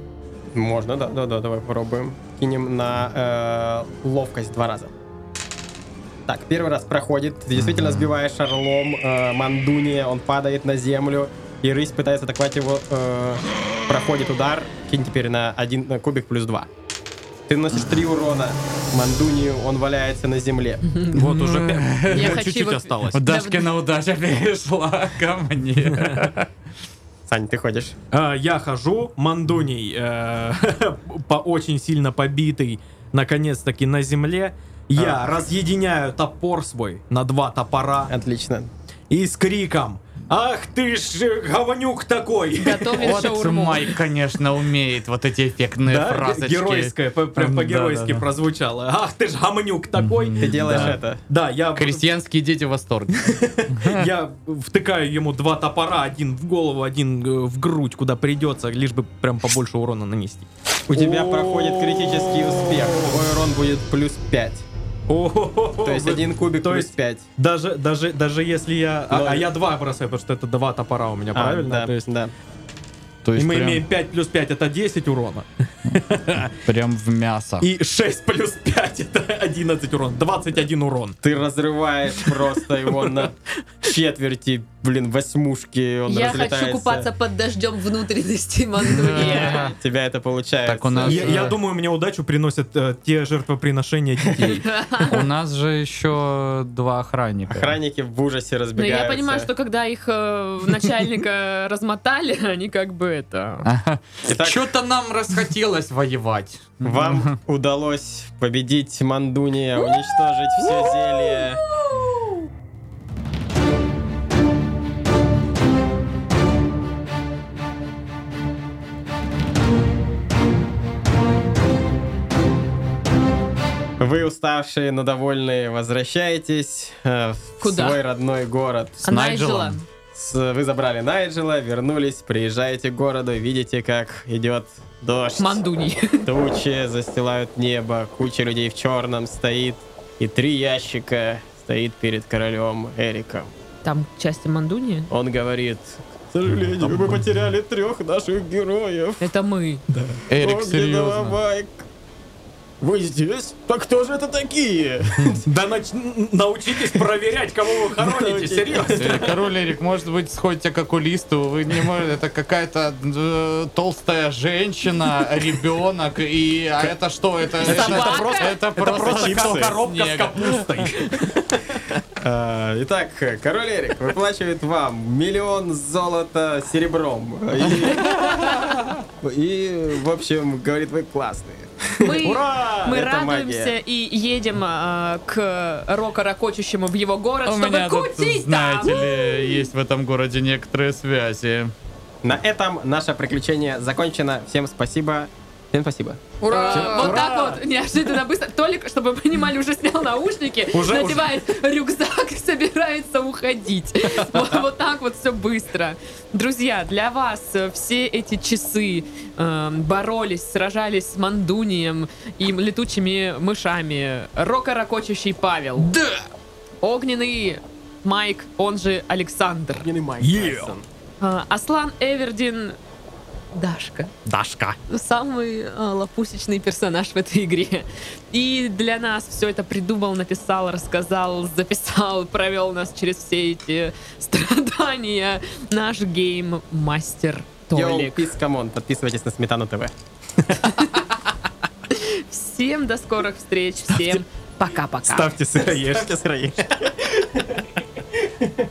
[SPEAKER 2] Можно, да, да, да, давай попробуем. Кинем на э, ловкость два раза. Так, первый раз проходит. Ты действительно сбиваешь орлом э, Мандуния, он падает на землю, и рысь пытается атаковать его. э, проходит удар. Кинь теперь на один на кубик плюс два. Ты наносишь три урона Мандунию, он валяется на земле.
[SPEAKER 4] вот
[SPEAKER 1] Ну,
[SPEAKER 4] уже пя-
[SPEAKER 1] Я
[SPEAKER 4] вот
[SPEAKER 1] хочу
[SPEAKER 4] чуть-чуть
[SPEAKER 1] вот-
[SPEAKER 4] осталось.
[SPEAKER 1] Дашкина
[SPEAKER 8] удача перешла ко мне.
[SPEAKER 2] Сань, ты ходишь.
[SPEAKER 4] А, Я хожу, Мандуний, э, по очень сильно побитый, наконец-таки на земле.
[SPEAKER 2] А.
[SPEAKER 4] Я разъединяю топор свой на два топора
[SPEAKER 2] Отлично.
[SPEAKER 4] и с криком «Ах ты ж э, говнюк такой!»
[SPEAKER 1] Готовит
[SPEAKER 8] Вот
[SPEAKER 1] шаурму.
[SPEAKER 8] Майк, конечно, умеет вот эти эффектные
[SPEAKER 4] Да,
[SPEAKER 8] фразочки.
[SPEAKER 4] геройское, по- прям
[SPEAKER 8] Да,
[SPEAKER 4] по-геройски
[SPEAKER 8] да, да.
[SPEAKER 4] прозвучало. Ах ты ж гамнюк такой!
[SPEAKER 2] Ты делаешь
[SPEAKER 4] Да.
[SPEAKER 2] это.
[SPEAKER 4] Да, я,
[SPEAKER 8] Крестьянские дети в восторге.
[SPEAKER 4] я втыкаю ему два топора, один в голову, один э, в грудь, куда придется, лишь бы прям побольше урона нанести.
[SPEAKER 2] У тебя проходит критический успех. Твой урон будет плюс 5. То
[SPEAKER 4] То
[SPEAKER 2] есть один кубик
[SPEAKER 4] то
[SPEAKER 2] плюс
[SPEAKER 4] есть
[SPEAKER 2] 5.
[SPEAKER 4] Даже, даже, даже если я... А,
[SPEAKER 2] Ноль.
[SPEAKER 4] а я два бросаю, потому что это два топора у меня, правильно?
[SPEAKER 2] да,
[SPEAKER 4] А, То есть,
[SPEAKER 2] да.
[SPEAKER 8] То
[SPEAKER 4] и
[SPEAKER 8] есть
[SPEAKER 4] мы
[SPEAKER 8] прям-
[SPEAKER 4] имеем 5 плюс 5, это 10 урона.
[SPEAKER 8] прям в мясо.
[SPEAKER 4] И 6 плюс 5, это 11 урон. 21 урон.
[SPEAKER 2] Ты разрываешь просто его на четверти, блин, восьмушки. Он
[SPEAKER 1] Я хочу
[SPEAKER 2] разлетается.
[SPEAKER 1] купаться под дождем внутренностей Мандуни.
[SPEAKER 8] Да.
[SPEAKER 2] У тебя это получается.
[SPEAKER 8] Так у нас- э,
[SPEAKER 4] Я, я думаю, мне удачу приносят э, те жертвоприношения детей.
[SPEAKER 8] У нас же еще два охранника.
[SPEAKER 2] Охранники в ужасе
[SPEAKER 1] Но
[SPEAKER 2] разбегаются.
[SPEAKER 1] Ну, я понимаю, что когда их э, начальника размотали, они как бы это...
[SPEAKER 8] Ага.
[SPEAKER 2] Итак,
[SPEAKER 3] Что-то нам расхотелось.
[SPEAKER 8] Воевать.
[SPEAKER 2] вам удалось победить Мандуния, уничтожить все зелье. Вы уставшие, но довольные, возвращаетесь э, в
[SPEAKER 1] Куда?
[SPEAKER 2] свой родной город.
[SPEAKER 1] А
[SPEAKER 8] Найджелом.
[SPEAKER 1] Найджела?
[SPEAKER 2] С- Вы забрали Найджела, вернулись, приезжаете к городу, видите, как идет дождь.
[SPEAKER 1] Мандуни.
[SPEAKER 2] Тучи застилают небо, куча людей в черном стоит, и три ящика стоит перед королем Эриком.
[SPEAKER 1] Там части Мандуни?
[SPEAKER 2] Он говорит, к сожалению, мы потеряли трех наших героев.
[SPEAKER 1] Это мы.
[SPEAKER 8] Эрик,
[SPEAKER 2] Огненного
[SPEAKER 8] серьезно.
[SPEAKER 2] Майк». Вы здесь? Так кто же это такие?
[SPEAKER 4] Да нач- н- научитесь проверять, кого вы хороните, серьезно.
[SPEAKER 8] Эрик, Э, Король Эрик, может быть, сходите к окулисту, вы не можете, это какая-то э, толстая женщина, ребенок, и а это что, это,
[SPEAKER 1] Собака?
[SPEAKER 8] это
[SPEAKER 4] Просто
[SPEAKER 8] просто
[SPEAKER 2] чипсы.
[SPEAKER 4] ко- коробка с
[SPEAKER 8] Снега.
[SPEAKER 4] капустой.
[SPEAKER 2] А, Итак, король Эрик выплачивает вам миллион золота серебром. И- И, в общем, говорит, вы классные.
[SPEAKER 1] Мы,
[SPEAKER 2] Ура!
[SPEAKER 1] мы
[SPEAKER 2] Это
[SPEAKER 1] радуемся
[SPEAKER 2] магия.
[SPEAKER 1] и едем а, к Рока Рокочущему в его город,
[SPEAKER 8] У
[SPEAKER 1] чтобы
[SPEAKER 8] меня тут,
[SPEAKER 1] кутить там.
[SPEAKER 8] знаете ли, есть в этом городе некоторые связи.
[SPEAKER 2] На этом наше приключение закончено. Всем спасибо. Всем спасибо.
[SPEAKER 1] А, Вот так вот, неожиданно быстро. Толик, чтобы вы понимали, уже снял наушники,
[SPEAKER 4] Уже-
[SPEAKER 1] надевает рюкзак и собирается уходить. Вот, вот так вот все быстро. Друзья, для вас э, все эти часы э, боролись, сражались с мандунием и летучими мышами. Рокорокочущий Павел. Да! Огненный Майк, он же Александр. А, Аслан Эвердин Дашка.
[SPEAKER 4] Дашка.
[SPEAKER 1] Самый э, лопусечный персонаж в этой игре. И для нас все это придумал, написал, рассказал, записал, провел нас через все эти страдания. Наш гейм-мастер
[SPEAKER 2] Йоу,
[SPEAKER 1] Толик.
[SPEAKER 2] пис, камон, подписывайтесь на Сметану ТВ.
[SPEAKER 1] Всем до скорых встреч, всем пока-пока.
[SPEAKER 4] Ставьте сыроежки.
[SPEAKER 2] Ставьте сыроежки.